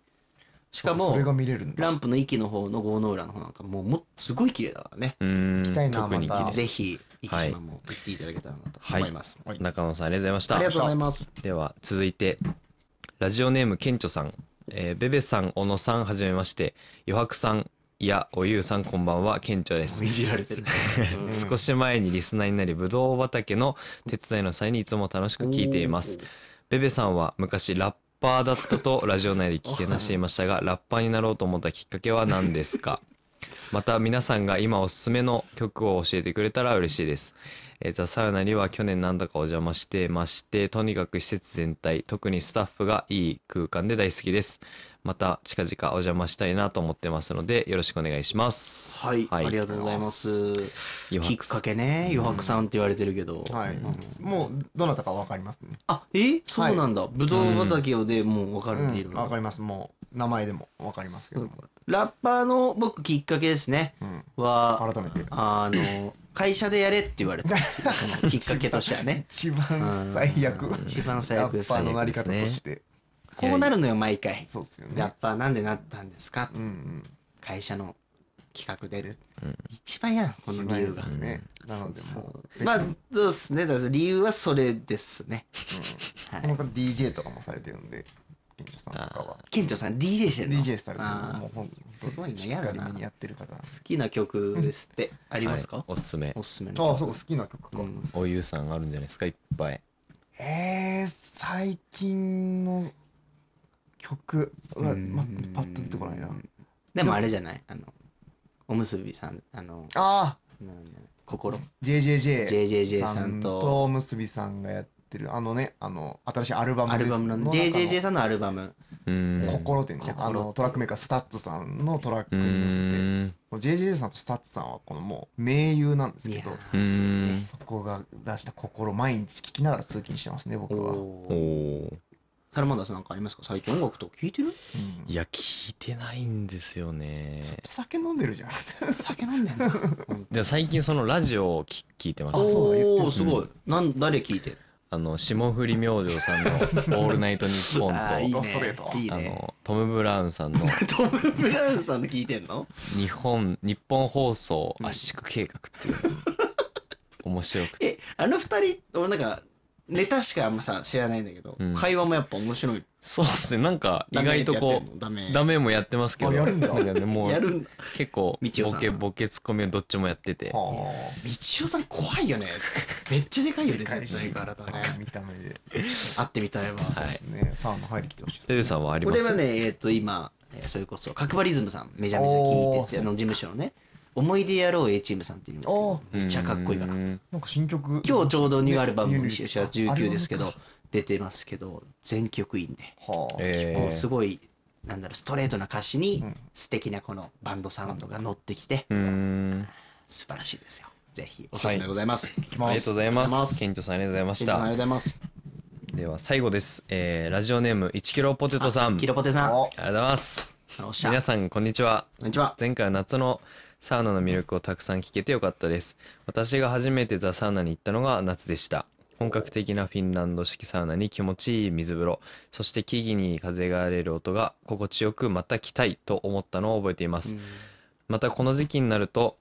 Speaker 2: し
Speaker 3: し
Speaker 2: かも
Speaker 3: それが見れるんだ
Speaker 2: ランプの息の方の郷の浦の方なんかもうもっすごい綺麗だからね、
Speaker 4: うーん
Speaker 3: 行きたいな
Speaker 4: 特に綺
Speaker 3: また
Speaker 4: 麗。
Speaker 2: ぜひ生島も行っていただけたらなと思います、
Speaker 3: はい
Speaker 4: 中野さん、ありがとうござ
Speaker 2: あ
Speaker 4: い
Speaker 2: り
Speaker 4: ま
Speaker 2: が
Speaker 4: し
Speaker 2: とうございます
Speaker 4: た。では、続いて、ラジオネーム、ケンチョさん。えーベベさん、小野さん、はじめまして。余白さん、いや、おゆうさん、こんばんは、ケンチョです
Speaker 2: い。じられてる、うん
Speaker 4: 少し前にリスナーになり、ぶどう畑の手伝いの際にいつも楽しく聞いています。ベベさんは昔ラッパーだったとラジオ内で聞き話していましたが、ラッパーになろうと思ったきっかけは何 ですかまた皆さんが今おすすめの曲を教えてくれたら嬉しいです。えーザ・サウナには去年何度かお邪魔してまして、とにかく施設全体、特にスタッフがいい空間で大好きです。また近々お邪魔したいなと思ってますので、よろしくお願いします。
Speaker 2: はい、ありがとうございます。き
Speaker 4: 余
Speaker 2: っ
Speaker 4: 白さん
Speaker 2: かけね、余白さんって言われてるけど。
Speaker 3: はい。もう、どなたかわかりますね。
Speaker 2: あ、えそうなんだ。ぶどう畑をでもう分かるんでいる
Speaker 3: うんわか
Speaker 2: の。
Speaker 3: ります。もう、名前でもわかりますけども。
Speaker 2: ラッパーの僕きっかけですね。
Speaker 3: うん。
Speaker 2: は、
Speaker 3: 改めて。。
Speaker 2: あの、会社でやれって言われたっていう。そのきっかけとしてはね
Speaker 3: 一番最悪。
Speaker 2: うん一番最悪
Speaker 3: ラ
Speaker 2: で
Speaker 3: ッ
Speaker 2: す
Speaker 3: パー
Speaker 2: ね。
Speaker 3: のなり方として。
Speaker 2: こうなるのよ、毎回。
Speaker 3: そうですよ
Speaker 2: ラッ
Speaker 3: ね。
Speaker 2: パーなんでなったんですか
Speaker 3: うんうん。
Speaker 2: 会社の企画で
Speaker 4: うん。
Speaker 2: 一番嫌なの、この理由が
Speaker 3: 一。番ね。なので、
Speaker 2: そ
Speaker 3: もう
Speaker 2: うそうまあ、どうですね。だから理由はそれですね。は
Speaker 3: うん
Speaker 2: い。
Speaker 3: この方 DJ とかもされてるんで、賢者さんとかは。
Speaker 2: ケンチョさん DJ してるの
Speaker 3: DJ されてるんで
Speaker 2: あー
Speaker 3: もうほんと
Speaker 2: すごいな
Speaker 3: しっか
Speaker 2: 嫌
Speaker 3: り
Speaker 2: だな
Speaker 3: 身にやってる方。あ、
Speaker 2: 好きな曲ですってありますか、
Speaker 4: はいおすすめ
Speaker 2: お。すすめの
Speaker 3: そうか、好きな曲か。
Speaker 2: うん
Speaker 4: おゆうさんあるんじゃないですか、いっぱい。
Speaker 3: えー、最近の曲は、
Speaker 2: うん
Speaker 3: ま、パッと出てこないな。
Speaker 2: でもあれじゃないあのおむすびさんあの
Speaker 3: あ
Speaker 2: なんだ心
Speaker 3: ー、JJJ
Speaker 2: JJJ さんと
Speaker 3: と結びさんがやってる、あのね、あの、新しいアルバム
Speaker 2: アルバムの
Speaker 3: の
Speaker 2: JJJ さんのアルバム
Speaker 4: うーん。
Speaker 3: 心っていうね、
Speaker 2: 心
Speaker 3: あのトラックメーカースタッツさんのトラック
Speaker 4: うー
Speaker 3: に乗せて、
Speaker 4: ん。
Speaker 3: この JJJ さんとスタッツさんはこのもう盟友なんです
Speaker 2: い
Speaker 3: け
Speaker 2: や
Speaker 3: ど、
Speaker 4: う
Speaker 2: ー
Speaker 4: ーん
Speaker 3: そこが出した心、毎日聴きながら通勤してますね、
Speaker 2: お
Speaker 3: 僕は。うん
Speaker 4: お
Speaker 2: お
Speaker 4: お。
Speaker 2: サラマンダーさんなんかありますか最近音楽とか聞いてる
Speaker 4: いや、聞いてないんですよね。
Speaker 3: ずっと酒飲んでるじゃん。
Speaker 2: 酒飲んでんだ
Speaker 4: じゃあ最近そのラジオをき聞いてます。
Speaker 3: そうだ言って
Speaker 2: おお
Speaker 3: る
Speaker 2: すごいなん誰聞いてる
Speaker 4: あの、霜降り明星さ んのオールナイトニッポンと、
Speaker 2: あーいいね
Speaker 3: ストレート
Speaker 2: いい
Speaker 4: あ
Speaker 2: ね
Speaker 4: の、トム・ブラウンさ んの
Speaker 2: トム・ブラウンさんの聞いてんの
Speaker 4: 日本、日本放送
Speaker 2: うん
Speaker 4: 圧縮計画っていうのが面白くて。
Speaker 2: えあの二人俺なんかネタしかあんまさ知らないんだけど、
Speaker 4: うん
Speaker 2: 会話もやっぱ面白い
Speaker 4: そうですね、なんか意
Speaker 2: ダメ
Speaker 4: 外とこ
Speaker 2: ってやってんのダメ
Speaker 4: う、ダメもやってますけど、
Speaker 3: あやるんだ
Speaker 4: なんかねも
Speaker 2: や
Speaker 4: う
Speaker 2: るんだ
Speaker 4: 結構、
Speaker 2: みちお
Speaker 4: ボ
Speaker 2: さん
Speaker 4: ケ、ボケ、ツッコミをどっちもやってて、
Speaker 3: は
Speaker 2: 道夫さん怖いよねめっちゃでかいよね
Speaker 3: でかいし
Speaker 2: 絶対体
Speaker 3: あ、
Speaker 2: ね
Speaker 3: 見た目で。
Speaker 2: 会ってみたいわ、
Speaker 4: はい
Speaker 3: そうですね。サウナ入りきてほしいです
Speaker 4: セルさんはあり
Speaker 2: こ
Speaker 4: ま
Speaker 2: れは
Speaker 4: す
Speaker 2: ねえっ、と今えーそれこそ角張リズムさんめちゃめちゃ聞いてて
Speaker 3: おー
Speaker 2: あの事務所のね思い出やろう A チームさんっていうんですけ
Speaker 3: お
Speaker 2: ど
Speaker 3: ー
Speaker 2: めっちゃかっこいいから
Speaker 4: ら。
Speaker 3: なんか新曲。
Speaker 2: 今日ちょうどニューアルバム
Speaker 3: ね
Speaker 2: の収者
Speaker 3: ニューリリ
Speaker 2: 19
Speaker 3: ース
Speaker 2: ですけど出てますけど全曲いいんで、
Speaker 3: はあ。
Speaker 4: え
Speaker 2: もうす
Speaker 4: ー
Speaker 2: ごいなんだろうストレートな歌詞に
Speaker 3: うん
Speaker 2: 素敵なこのバンドサウンドが乗ってきて
Speaker 4: うーん。
Speaker 2: 素晴らしいですよぜひおすすめでございます、
Speaker 3: ま
Speaker 4: ありがとうございま。
Speaker 2: ありがとうございますす
Speaker 4: ケンチョさんありがとうございまし
Speaker 2: ありがと
Speaker 4: た
Speaker 2: う。ございます
Speaker 4: では最後です。えーラジオネーム1キロポテトさん。
Speaker 2: あ
Speaker 4: あ
Speaker 2: キ
Speaker 4: り
Speaker 2: ロ
Speaker 4: が
Speaker 2: ポテさん
Speaker 3: お
Speaker 4: とうございます。
Speaker 2: おっしゃ
Speaker 4: 皆さんこんにちは。
Speaker 2: こんにちは
Speaker 4: 前回は夏のサウナの魅力をたくさん聞けてよかったです。私が初めてザ・サウナに行ったのが夏でした。本格的なフィンランド式サウナに気持ちいい水風呂、そして木々に風が出る音が心地よくまた来たいと思ったのを覚えています。またこの時期になると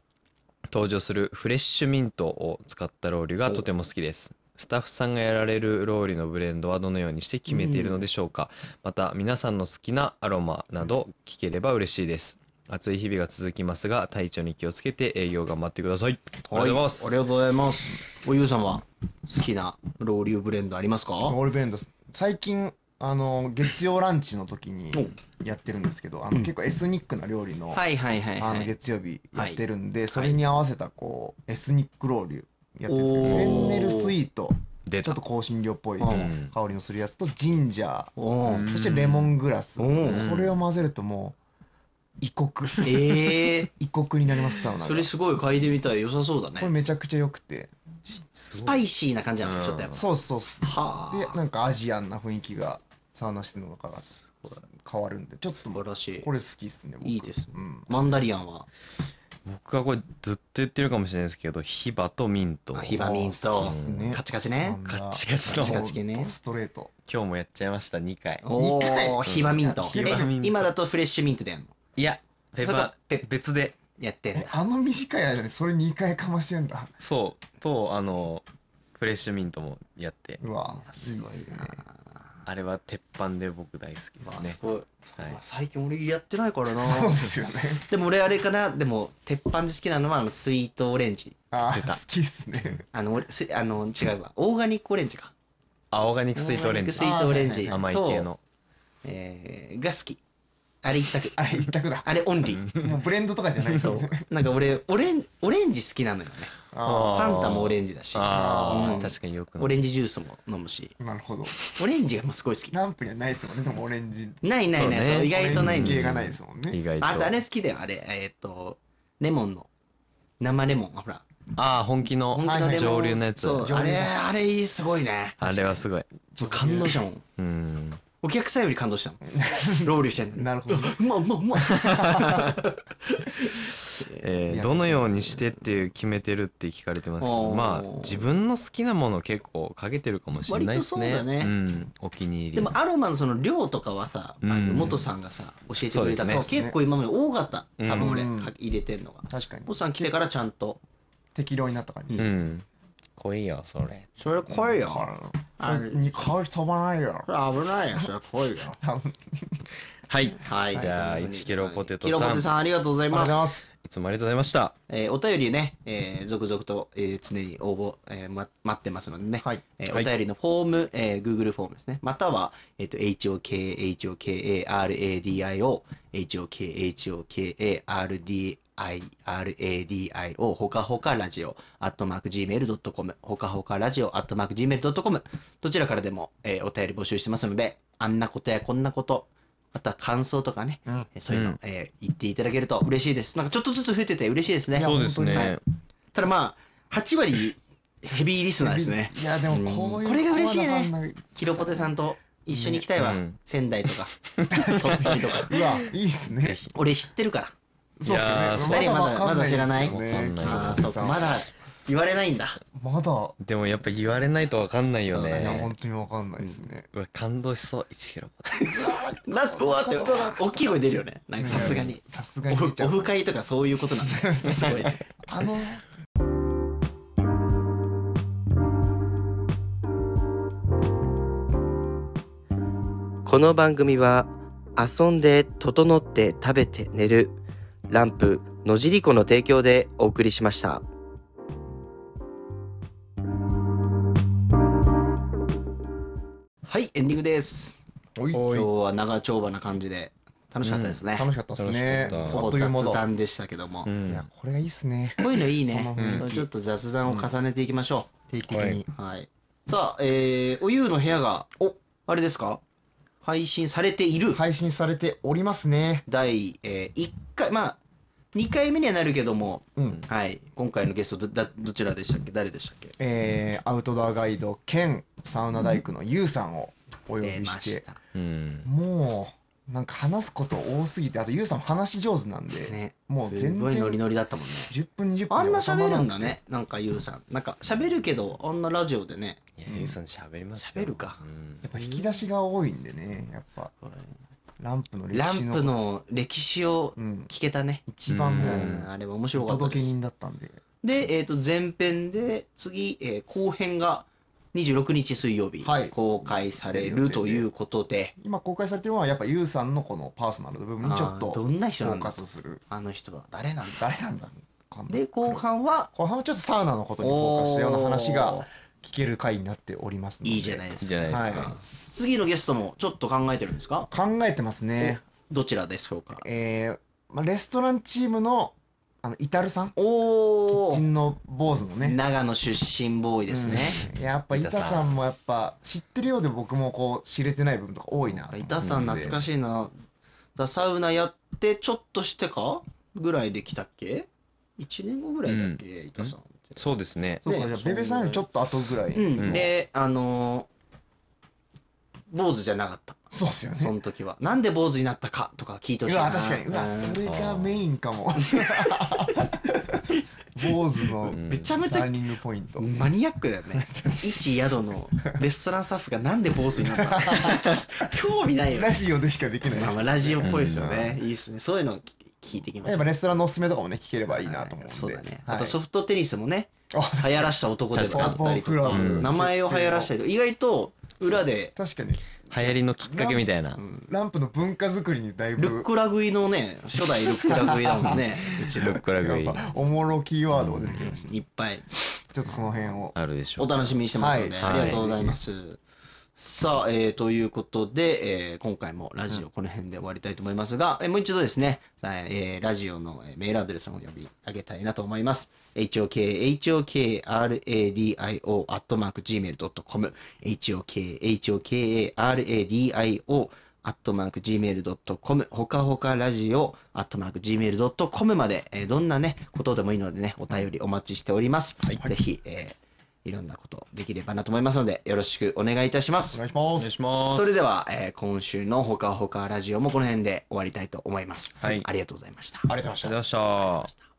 Speaker 4: 登場するフレッシュミントを使ったローリュがとても好きです。スタッフさんがやられるローリュのブレンドはどのようにして決めているのでしょうか。また皆さんの好きなアロマなど聞ければ嬉しいです。暑い日々が続きますが体調に気をつけて営業頑張ってください。ありがとうございます。
Speaker 2: はありがとうございます。おゆうさんは好きなロウリュブレンドありますか
Speaker 3: オールブレンド最近あの月曜ランチの時にやってるんですけどあの
Speaker 2: うん
Speaker 3: 結構エスニックな料理の,、
Speaker 2: はいはいはい
Speaker 3: あ
Speaker 2: は
Speaker 3: の
Speaker 2: い。
Speaker 3: 月曜日やってるんで、それに合わせたこうエスニックローリュやってるんですけど
Speaker 2: お
Speaker 3: フ
Speaker 2: ー
Speaker 3: ェンネルスイート
Speaker 4: 出
Speaker 3: ちょ
Speaker 4: た
Speaker 3: っと香辛料っぽい
Speaker 2: うん
Speaker 3: 香りのするやつとジンジャー
Speaker 2: おー
Speaker 4: ん
Speaker 3: そしてレモングラスこ
Speaker 2: うん
Speaker 3: れを混ぜるともう異国
Speaker 2: ええ
Speaker 3: 異国になりますサウナ
Speaker 2: ー、
Speaker 3: が
Speaker 2: それすごい嗅いでみたい良さそうだ
Speaker 3: これ
Speaker 2: ね。
Speaker 3: めちゃくちゃ良くて
Speaker 2: スパイシーな感じなのちょっとやっぱ。
Speaker 3: そうそうそう
Speaker 2: は
Speaker 3: で
Speaker 2: あ。
Speaker 3: なんかアジアンな雰囲気がサウナ室の中が変わるんでちょっと
Speaker 2: 素晴らしい
Speaker 3: こ。れ好きっすね僕
Speaker 2: いいですね
Speaker 3: うん、
Speaker 2: マンダリアンは
Speaker 4: 僕はこれずっと言ってるかもしれないですけど、ヒバとミント。
Speaker 2: あヒバミン
Speaker 3: 好
Speaker 2: ト
Speaker 3: きっすね
Speaker 2: カチカチね。
Speaker 4: カッチカチの
Speaker 2: カチカチ系ね
Speaker 3: ほんとストレート
Speaker 4: 今日もやっちゃいました2回。
Speaker 2: おお、ヒバミント。
Speaker 4: ヒバミン
Speaker 2: え
Speaker 4: ト
Speaker 2: 今だとフレッシュミントでやんの
Speaker 4: いや、ペ
Speaker 2: それ
Speaker 4: パ
Speaker 2: かペ
Speaker 4: 別で。
Speaker 2: やってん
Speaker 3: え
Speaker 2: だ。
Speaker 3: あの短い間にそれ2回かましてんだ
Speaker 4: そう、と、あの、フレッシュミントもやって、
Speaker 3: うわいいっ
Speaker 2: ごい
Speaker 3: すね
Speaker 2: な
Speaker 4: あれは鉄板で僕大好きで
Speaker 2: わあ
Speaker 4: すね
Speaker 2: す。ごい。
Speaker 4: はい
Speaker 2: 最近俺やってないからな。
Speaker 3: そうですよね
Speaker 2: でも俺あれかな、でも鉄板で好きなのはあのスイートオレンジ。
Speaker 3: あ
Speaker 4: 出
Speaker 3: ー
Speaker 4: た
Speaker 3: 好きっすね
Speaker 2: あの、俺すあの違うわ。オーガニックオレンジか。
Speaker 4: あ、オーガニックスイートオレンジ
Speaker 2: オ。ーガニックスイートオレンジ。
Speaker 3: ク
Speaker 4: 甘い系の。
Speaker 2: と。えーが好き。あれ一 択。
Speaker 3: あれ一択だ
Speaker 2: あれオンリ
Speaker 4: うん
Speaker 2: ー。
Speaker 3: もうブレンドとかじゃないです
Speaker 2: そ
Speaker 3: よね
Speaker 2: う。なんか俺、オレン、オレンジ好きなのよね。
Speaker 3: あ
Speaker 2: ファンタもオレンジだし、
Speaker 4: あー
Speaker 2: うん
Speaker 4: 確かによくない
Speaker 2: オレンジジュースも飲むし、
Speaker 3: あ、なるほど。
Speaker 2: オレンジがもうすごい好き。
Speaker 3: ランプにはないですもんね、でもオレンジ。
Speaker 2: ないないない、
Speaker 4: そうね
Speaker 2: そう意外とないん
Speaker 3: オレンジ
Speaker 2: で
Speaker 3: 系
Speaker 2: す
Speaker 3: が
Speaker 2: よ。
Speaker 3: ないですもん
Speaker 4: 意
Speaker 3: ね。
Speaker 4: 外と
Speaker 2: あとあれ好きだよ、あれ。えーっと、レモンの。生レモン、ほら。
Speaker 4: ああ本気の
Speaker 2: 本気のレモン。
Speaker 4: 上流のやつ
Speaker 2: そう、あれ、あれ、すごいね。
Speaker 4: あれはすごい
Speaker 2: もう感動したもん。
Speaker 4: うん
Speaker 2: お客さんより感動したも ん。ロウリュしてんのに。
Speaker 3: なるほどね。
Speaker 2: うまうまうま。
Speaker 4: えーどのようにしてっていう決めてるって聞かれてますけど
Speaker 2: おー
Speaker 4: まあ自分の好きなもの結構かけてるかもしれないですね
Speaker 2: 割とそうだね
Speaker 4: ん、お気に入り
Speaker 2: でもアロマのその量とかはさ、あ
Speaker 4: うん
Speaker 2: の元さんがさ、教えてくれたから、
Speaker 4: そう
Speaker 3: ですね
Speaker 2: 結構今まで多かった、多分俺、
Speaker 3: うん
Speaker 2: か入れてんのが。
Speaker 3: 確かに。
Speaker 2: 元さん来てからちゃんと。
Speaker 3: 適量になった感じ。
Speaker 4: うん濃いよそれ
Speaker 2: それ来いよ。
Speaker 3: それに香り飛ばないよ。
Speaker 2: それ危 ないよ、それ来いよ。
Speaker 3: 多分
Speaker 4: はい
Speaker 2: はい、
Speaker 4: じゃ
Speaker 2: そんな
Speaker 4: あ
Speaker 2: 風に
Speaker 4: 1キロポテト
Speaker 2: はいキ
Speaker 4: さん
Speaker 2: ロポテトさん、ありがとうございます。
Speaker 3: ます。
Speaker 4: いつもありがとうございました
Speaker 2: えーお便りね、えー続々と、えー常に応募、えーま、待ってますのでね、
Speaker 3: はい
Speaker 2: えー
Speaker 4: はい
Speaker 2: お便りのフォーム、えー Google フォームですね、または、えーと HOKHOKARADIO、HOKHOKARDIRADIO、ほかほかラジオ、アットマーク Gmail.com、ほかほかラジオ、アットマーク Gmail.com、どちらからでも、えーお便り募集してますので、あんなことやこんなこと、あとは感想とかね、
Speaker 3: うん
Speaker 2: えーそういうの、
Speaker 4: うん
Speaker 2: えー言っていただけると嬉しいです。なんかちょっとずつ増えてて嬉しいですね。
Speaker 3: いや
Speaker 4: そうです
Speaker 3: 本当に
Speaker 4: ね
Speaker 2: ただまあ、8割ヘビーリスナーですね。
Speaker 3: いや、でもこういう。
Speaker 2: これが嬉しいね
Speaker 3: コアなファンの
Speaker 2: キロポテさんと一緒に行きたいわ。
Speaker 4: うん
Speaker 2: 仙台 とか、鳥取とか。
Speaker 3: うわ、いいっすね。
Speaker 2: 俺知ってるから。
Speaker 3: そうっすよね。
Speaker 2: いやー
Speaker 3: わかんですよね
Speaker 4: まだまだ知らない
Speaker 2: あ
Speaker 4: わ
Speaker 2: あー、そうか。まだ言われないんだ。
Speaker 3: まだ、
Speaker 4: でもやっぱ言われないとわかんないよ
Speaker 2: そうだ
Speaker 3: いや、
Speaker 4: ね
Speaker 3: 本当にわかんないですね。
Speaker 4: うわ感動しそう1キロ
Speaker 2: なうわって、大きい声出るよね。なんかさすがに。
Speaker 3: さすが
Speaker 2: オ
Speaker 3: に
Speaker 2: フ
Speaker 3: 出ちゃ
Speaker 2: オ
Speaker 3: う。
Speaker 2: フ会とかそういうことなん だ。すごいね。
Speaker 3: あの、
Speaker 5: この番組は遊んで整って食べて寝るランプ野尻湖の提供でお送りしました。
Speaker 2: はい、エンディングです。
Speaker 3: おい
Speaker 2: 今日は長丁場な感じで楽しかったですね。
Speaker 3: 楽しかったですね。
Speaker 4: 楽しかった
Speaker 2: ほ
Speaker 3: あっ
Speaker 2: ぼ
Speaker 3: という間
Speaker 2: 雑
Speaker 3: だ。
Speaker 2: 談でしたけども
Speaker 4: う。ん
Speaker 3: いや、これがいいっすね。
Speaker 2: こういうのいいね
Speaker 3: この雰
Speaker 4: 囲。
Speaker 3: 気
Speaker 2: ちょっと雑談を重ねていきましょう。
Speaker 3: 定期的に。
Speaker 2: はい。さあ、えー、おゆうの部屋が、お、あれですか配信されている、
Speaker 3: 配信されておりますね。
Speaker 2: 第、え1回、まあ、2回目にはなるけども、
Speaker 3: うん。
Speaker 2: はい、今回のゲストど、だどちらでしたっけ誰でしたっけ
Speaker 3: えー、アウトドアガイド兼サウナ大工のユウさんをお呼
Speaker 2: 出
Speaker 3: び
Speaker 2: ま
Speaker 3: し、
Speaker 2: してた。
Speaker 4: うん
Speaker 3: もう、なんか話すこと多すぎて、あとユウさんも話し上手なんで、
Speaker 2: ね、
Speaker 3: もう全然
Speaker 2: すごいノリノリだったもんね。
Speaker 3: 10分、20分
Speaker 2: あんな喋るん
Speaker 3: だ。
Speaker 2: だね、なんかゆうさん。なんか喋るけど、あんなラジオでね。
Speaker 4: いやゆうさん喋りますよ
Speaker 2: 喋るか
Speaker 4: うん
Speaker 3: やっぱ引き出しが多いんでね、やっぱ、ランプの歴
Speaker 2: ラ
Speaker 3: 史
Speaker 2: ン
Speaker 3: の。
Speaker 2: プの歴史を
Speaker 3: うん、
Speaker 2: 聞けたね。
Speaker 3: 一番
Speaker 2: う
Speaker 3: も
Speaker 2: ん、
Speaker 3: う、
Speaker 2: あれは面白
Speaker 3: お
Speaker 2: かった
Speaker 3: 届
Speaker 2: で
Speaker 3: け
Speaker 2: す。
Speaker 3: 人だったんで、
Speaker 2: で、えー、と前編で次、えー後編が26日水曜日、
Speaker 3: はい
Speaker 2: 公開されるということで、
Speaker 3: 今公開されてるのは、やっぱユウさんのこのパーソナルの部分にちょっ
Speaker 2: あー
Speaker 3: と
Speaker 2: ど
Speaker 3: フ
Speaker 2: んな人な
Speaker 3: ォ
Speaker 2: ん
Speaker 3: ー
Speaker 2: だ
Speaker 3: カスする。
Speaker 2: あの人は誰なんだ
Speaker 3: 誰なんだわかんない
Speaker 2: で後半は
Speaker 3: 後半はちょっとサウナのことにフォーカスしたような話が聞ける回になっておりますので
Speaker 2: いいじゃないですか
Speaker 4: じゃないです
Speaker 3: は
Speaker 4: か
Speaker 2: 次のゲストもちょっと考えてるんですか
Speaker 3: 考えてますね。
Speaker 2: どちらでしょうか
Speaker 3: えーまあ、レストランチームのあのイタルさん、
Speaker 2: おお、
Speaker 3: 人の坊主のね。
Speaker 2: 長野出身ボーイですね、
Speaker 3: うんやっぱ
Speaker 4: イ
Speaker 3: イ
Speaker 4: タ
Speaker 3: タさんもやっぱ知ってるようで僕もこう知れてない部分とか多いなと思って。
Speaker 2: 板さん懐か
Speaker 3: しい。
Speaker 2: しいなだサウナやってちょっとしてかぐらいで来たっけ1年後ぐらいだっけ、板さんって
Speaker 4: そうですね
Speaker 3: そうか、
Speaker 2: ね
Speaker 3: じゃあベベさんよりちょっと後ぐらい。
Speaker 2: うん
Speaker 4: うん
Speaker 2: で、あのー坊主じゃなかった、
Speaker 3: そうっすよ
Speaker 2: そ
Speaker 3: ね。
Speaker 2: の時は。なんで坊主になったかとか聞いてほし
Speaker 3: う
Speaker 2: いな。
Speaker 3: わ、確かに。うわ、
Speaker 2: ん
Speaker 3: それがメインかも。坊主の
Speaker 4: うん
Speaker 2: めちゃめち
Speaker 3: ター
Speaker 2: ゃ
Speaker 3: ニングポイント。
Speaker 2: マニアックだよ ね。一宿のレストランスタッフがなんで坊主になったの 興味ないよ
Speaker 3: ラ
Speaker 2: ね。
Speaker 3: ジオでしかできない。
Speaker 2: まあまあラジオっぽいですよね。いいですね。そういうの聞聞いてきま
Speaker 3: や
Speaker 2: す
Speaker 3: っぱ。レストランのおすすめとかもね、聞ければいいなと思うんで。
Speaker 2: そうだね。
Speaker 3: は
Speaker 2: あ
Speaker 3: い
Speaker 2: とソフトテニスもね、
Speaker 3: あ
Speaker 2: 流行らした男でもあったりと
Speaker 3: 確
Speaker 2: か、
Speaker 3: か
Speaker 4: に
Speaker 2: うん名前を流行らしたりとか、意外と裏で、
Speaker 3: 確かに、
Speaker 4: 流行りのきっかけみたいな
Speaker 2: うん
Speaker 3: ランプの文化作りにだいぶ。
Speaker 2: ルックラ食いのね、初代ルックラ食いだもん ね。うち
Speaker 4: ルックラグビ
Speaker 3: やっ
Speaker 4: ー
Speaker 3: ぱおもろキーワードが出てきました、
Speaker 2: いっぱい
Speaker 3: ちょっとその辺を
Speaker 4: あるでしょ
Speaker 2: お
Speaker 4: う
Speaker 2: 楽しみにしてますので、
Speaker 4: はい
Speaker 2: ありがとうございます。さあ、えーということで、えー今回もラジオこの辺で終わりたいと思いますが、えーもう一度ですね、えーラジオのえーメールアドレスの方を呼び上げたいなと思います。hokhokradio.gmail.com hokhokradio アットマーク Gmail.com、ほかほかラジオ、アットマーク Gmail.com まで、えーどんなね、ことでもいいのでね、お便りお待ちしております。ぜひ、えーいろんなことできればなと思いますので、よろしくお願いいたしま
Speaker 3: お
Speaker 2: す。
Speaker 3: 願いしま
Speaker 4: お
Speaker 3: す
Speaker 4: 願い。しま
Speaker 2: そ
Speaker 4: す
Speaker 2: れでは、えー今週のほかほかラジオもこの辺で終わりたいと思います。
Speaker 4: はい
Speaker 2: ありがとうございました。
Speaker 3: ありがとうございまし
Speaker 4: あ
Speaker 3: た
Speaker 4: りがとうございました